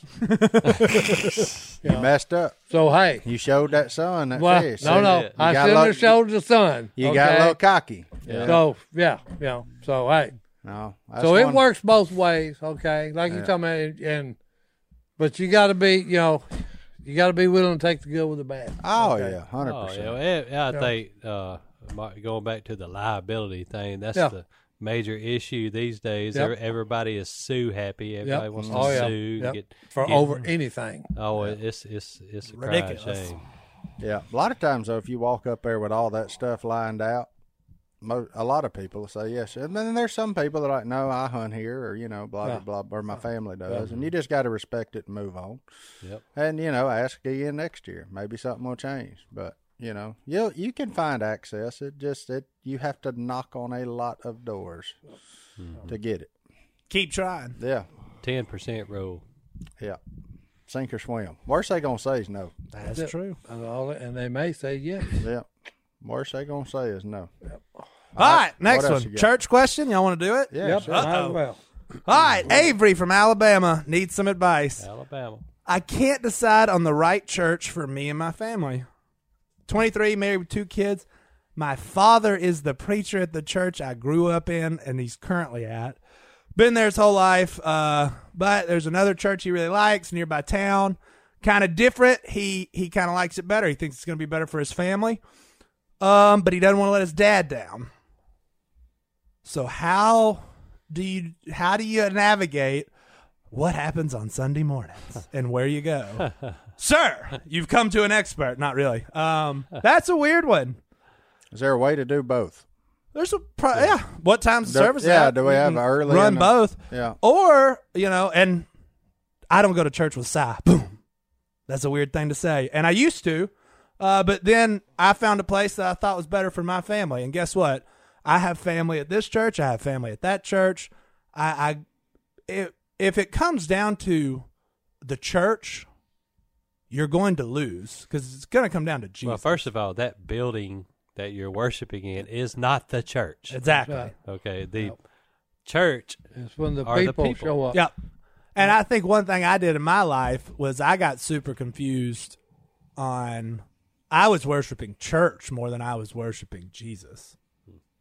Speaker 3: You messed up.
Speaker 2: So hey,
Speaker 3: You showed that son that
Speaker 2: well,
Speaker 3: fish.
Speaker 2: no,
Speaker 3: See,
Speaker 4: you
Speaker 2: no, I
Speaker 3: got
Speaker 2: shouldn't
Speaker 3: lucky.
Speaker 2: have showed the sun.
Speaker 3: You got a little cocky.
Speaker 2: So yeah, yeah. So hey,
Speaker 3: No, that's
Speaker 2: so it
Speaker 3: one-
Speaker 2: works both ways. Okay, like you talking about, and, and but you got to be, you know, you got to be willing to take the good with the bad.
Speaker 3: Oh yeah, hundred
Speaker 4: Oh,
Speaker 3: percent.
Speaker 4: yeah, well, it- I think uh, my- going back to the liability thing, that's
Speaker 2: Yeah.
Speaker 4: the major issue these days.
Speaker 2: Yep.
Speaker 4: Ev- Everybody is sue happy. Everybody wants to
Speaker 2: Oh, yeah.
Speaker 4: sue
Speaker 2: Yep.
Speaker 4: get,
Speaker 2: for
Speaker 4: get-
Speaker 2: over anything.
Speaker 4: Oh, it's it's it's a Cry and
Speaker 5: Ridiculous.
Speaker 4: shame.
Speaker 3: Yeah, a lot of times though, if you walk up there with all that stuff lined out, mo- a lot of people will say yes, and then there's some people that are like, no, I hunt here, or you know, blah
Speaker 2: Yeah.
Speaker 3: blah blah, or my family does, and you just got to respect it and move on.
Speaker 4: Yep.
Speaker 3: And you know, ask again next year. Maybe something will change, but you know, you you can find access. It just it you have to knock on a lot of doors to get it.
Speaker 1: Keep trying.
Speaker 3: Yeah,
Speaker 4: Ten percent rule.
Speaker 3: yeah. Sink or swim. Worst they gonna say is no.
Speaker 1: That's
Speaker 2: Yeah.
Speaker 1: true.
Speaker 2: And, all, and they may say yes.
Speaker 3: Yeah. Worst they gonna say is no.
Speaker 1: All right, next
Speaker 3: else you
Speaker 1: one.
Speaker 3: got?
Speaker 1: Church question. Y'all want to do it?
Speaker 3: Yeah.
Speaker 2: Yep.
Speaker 3: sure.
Speaker 2: might as well.
Speaker 1: All right, Avery from Alabama needs some advice.
Speaker 4: Alabama.
Speaker 1: I can't decide on the right church for me and my family. 23, married with two kids. My father is the preacher at the church I grew up in and he's currently at. Been there his whole life, uh, but there's another church he really likes nearby town. kind of different. He he kind of likes it better. He thinks it's going to be better for his family. Um, but he doesn't want to let his dad down. So how do you how do you navigate what happens on Sunday mornings and where you go? Sir, you've come to an expert. Not really. Um, that's a weird one.
Speaker 3: Is there a way to do both?
Speaker 1: There's a pro- yeah. What time's the
Speaker 3: Do-
Speaker 1: service?
Speaker 3: yeah,
Speaker 1: at?
Speaker 3: do we
Speaker 1: You
Speaker 3: have
Speaker 1: can
Speaker 3: early
Speaker 1: Run
Speaker 3: and a-
Speaker 1: both.
Speaker 3: yeah.
Speaker 1: Or you know, and I don't go to church with Si. Boom. That's a weird thing to say, and I used to, uh, but then I found a place that I thought was better for my family, and guess what? I have family at this church. I have family at that church. I, I if if it comes down to the church, you're going to lose because it's going to come down to Jesus.
Speaker 4: Well, first of all, that building that you're worshiping in is not the church.
Speaker 1: exactly.
Speaker 2: That's
Speaker 4: okay, the church.
Speaker 2: It's when the
Speaker 4: Are the
Speaker 2: people,
Speaker 4: people.
Speaker 2: show up.
Speaker 1: Yep. And I think one thing I did in my life was I got super confused on I was worshiping church more than I was worshiping Jesus.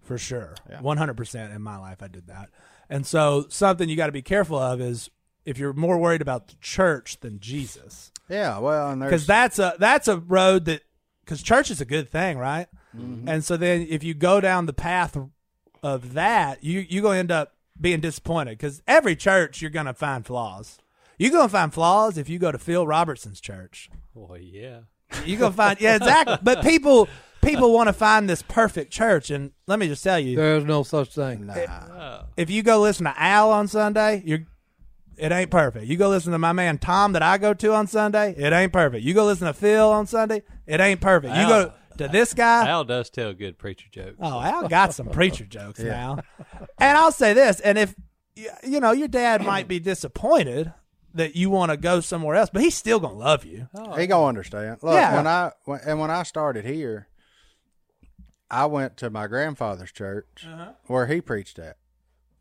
Speaker 1: For sure. 100% in my life I did that. And so something you got to be careful of is if you're more worried about the church than Jesus.
Speaker 3: Yeah, well, and
Speaker 1: Cuz
Speaker 3: there's
Speaker 1: that's a that's a road that cuz church is a good thing, right? And so then if you go down the path of that, you you going to end up being disappointed because every church you're going to find flaws. You're going to find flaws if you go to Phil Robertson's church.
Speaker 4: Well, yeah.
Speaker 1: You're going to find yeah, exactly. But people people want to find this perfect church, and let me just tell you,
Speaker 2: There is no such thing.
Speaker 1: if you go listen to Al on Sunday, you're it ain't perfect. You go listen to my man Tom that I go to on Sunday, it ain't perfect. You go listen to Phil on Sunday, it ain't perfect. You go to this guy,
Speaker 4: Al does tell good preacher jokes.
Speaker 1: Ah. Oh, Al got some preacher jokes now. And I'll say this, and if y- you know, your dad might be disappointed that you want to go somewhere else, but he's still going to love you.
Speaker 3: he gonna understand. Look,
Speaker 1: Oh, Yeah.
Speaker 3: when I when, and when I started here, I went to my grandfather's church
Speaker 1: Uh-huh.
Speaker 3: where he preached at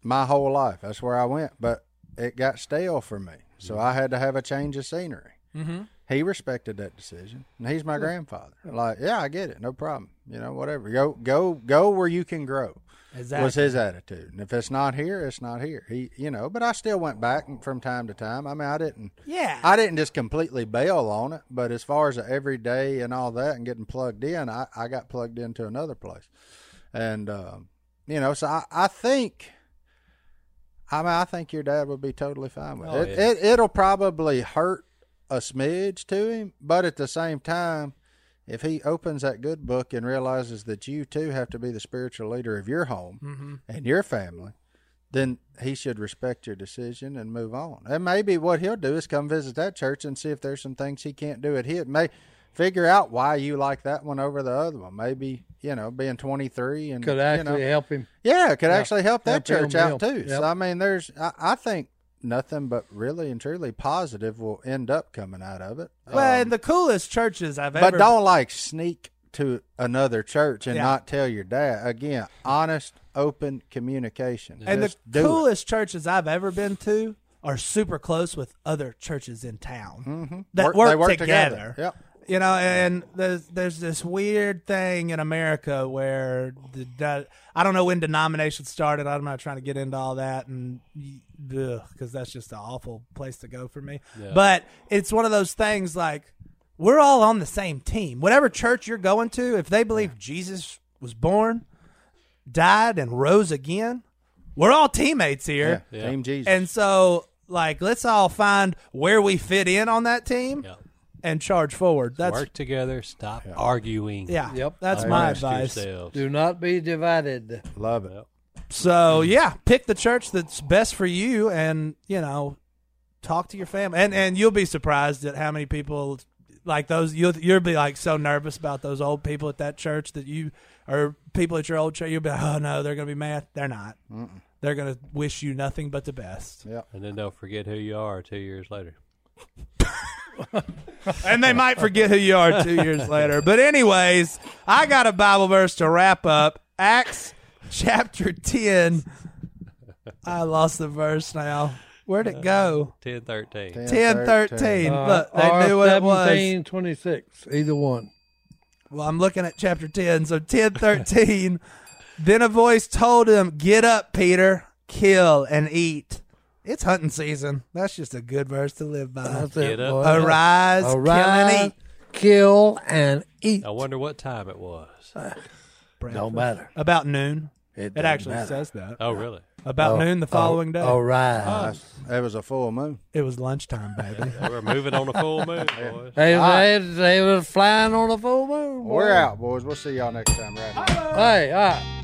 Speaker 3: my whole life. That's where I went, but it got stale for me, so
Speaker 1: Mm-hmm.
Speaker 3: I had to have a change of scenery. Mm-hmm. He respected that decision, and he's my grandfather. Like, yeah, I get it, no problem. You know, whatever. Go, go, go where you can grow.
Speaker 1: Exactly.
Speaker 3: was his attitude. And if it's not here, it's not here. He, you know, but I still went back from time to time. I mean, I didn't.
Speaker 1: Yeah.
Speaker 3: I didn't just completely bail on it, but as far as the everyday and all that and getting plugged in, I, I got plugged into another place. And, um, you know, so I, I think, I mean, I think your dad would be totally fine with
Speaker 4: Oh,
Speaker 3: it.
Speaker 4: yeah.
Speaker 3: it. It'll probably hurt a smidge to him, but at the same time, if he opens that good book and realizes that you too have to be the spiritual leader of your home
Speaker 4: Mm-hmm.
Speaker 3: and your family, then he should respect your decision and move on. And maybe what he'll do is come visit that church and see if there's some things he can't do at his. May figure out why you like that one over the other one. Maybe you know, being 23 and
Speaker 2: Could actually
Speaker 3: you know,
Speaker 2: help him.
Speaker 3: yeah, it could actually help that
Speaker 2: Help him
Speaker 3: church out
Speaker 2: build.
Speaker 3: too.
Speaker 2: Yep.
Speaker 3: So I mean, there's I, I think nothing but really and truly positive will end up coming out of it.
Speaker 1: well,
Speaker 3: Um,
Speaker 1: and the coolest churches I've
Speaker 3: but
Speaker 1: ever
Speaker 3: don't like sneak to another church and
Speaker 1: Yeah.
Speaker 3: not tell your dad. Again, honest, open communication.
Speaker 1: and the
Speaker 3: Just do it.
Speaker 1: coolest churches I've ever been to are super close with other churches in town that
Speaker 3: Mm-hmm. Work-
Speaker 1: work,
Speaker 3: they work together.
Speaker 1: together.
Speaker 3: Yep.
Speaker 1: You know, and there's there's this weird thing in America where the, the I don't know when denominations started. I'm not trying to get into all that, and because that's just an awful place to go for me. But it's one of those things like we're all on the same team. Whatever church you're going to, if they believe Jesus was born, died, and rose again, we're all teammates here.
Speaker 3: Yeah. Team Jesus.
Speaker 1: And so, like, let's all find where we fit in on that team
Speaker 4: Yeah.
Speaker 1: and charge forward. That's
Speaker 4: Work together. Stop arguing.
Speaker 1: yeah.
Speaker 2: Yep.
Speaker 1: That's
Speaker 3: I
Speaker 1: my
Speaker 4: Amongst
Speaker 1: advice.
Speaker 4: yourselves.
Speaker 2: Do not be divided.
Speaker 3: Love it.
Speaker 1: So yeah, pick the church that's best for you, and you know, talk to your family, and and you'll be surprised at how many people like those. You'll you'll be like so nervous about those old people at that church that you or people at your old church. You'll be like, oh no, they're gonna be mad. They're not. They're gonna wish you nothing but the best,
Speaker 4: And then they'll forget who you are two years later.
Speaker 1: and they might forget who you are two years later. But anyways, I got a Bible verse to wrap up Acts chapter ten. I lost the verse now. Where'd it go?
Speaker 4: 10 13.
Speaker 1: 10 13. Look, they
Speaker 2: Or
Speaker 1: knew what it was.
Speaker 2: 1726, either one.
Speaker 1: Well, I'm looking at chapter 10. So 10 13. then a voice told him, Get up, Peter, kill and eat. It's hunting season. That's just a good verse to live by.
Speaker 2: That's it,
Speaker 4: Get up.
Speaker 2: boy.
Speaker 1: Arise, kill and eat.
Speaker 2: kill, and eat.
Speaker 4: I wonder what time it was.
Speaker 2: Don't matter.
Speaker 1: About noon. It,
Speaker 2: doesn't
Speaker 1: actually
Speaker 2: matter. Oh.
Speaker 1: says that.
Speaker 4: Oh, really?
Speaker 1: About noon the following day.
Speaker 2: Arise.
Speaker 3: It was a full moon.
Speaker 1: It was lunchtime, baby.
Speaker 4: They We're moving on a full moon, boys.
Speaker 2: They, they, they was flying on a full moon. boy.
Speaker 3: We're out, boys. We'll see y'all next time. Right. Now.
Speaker 2: Hey, ah. all right.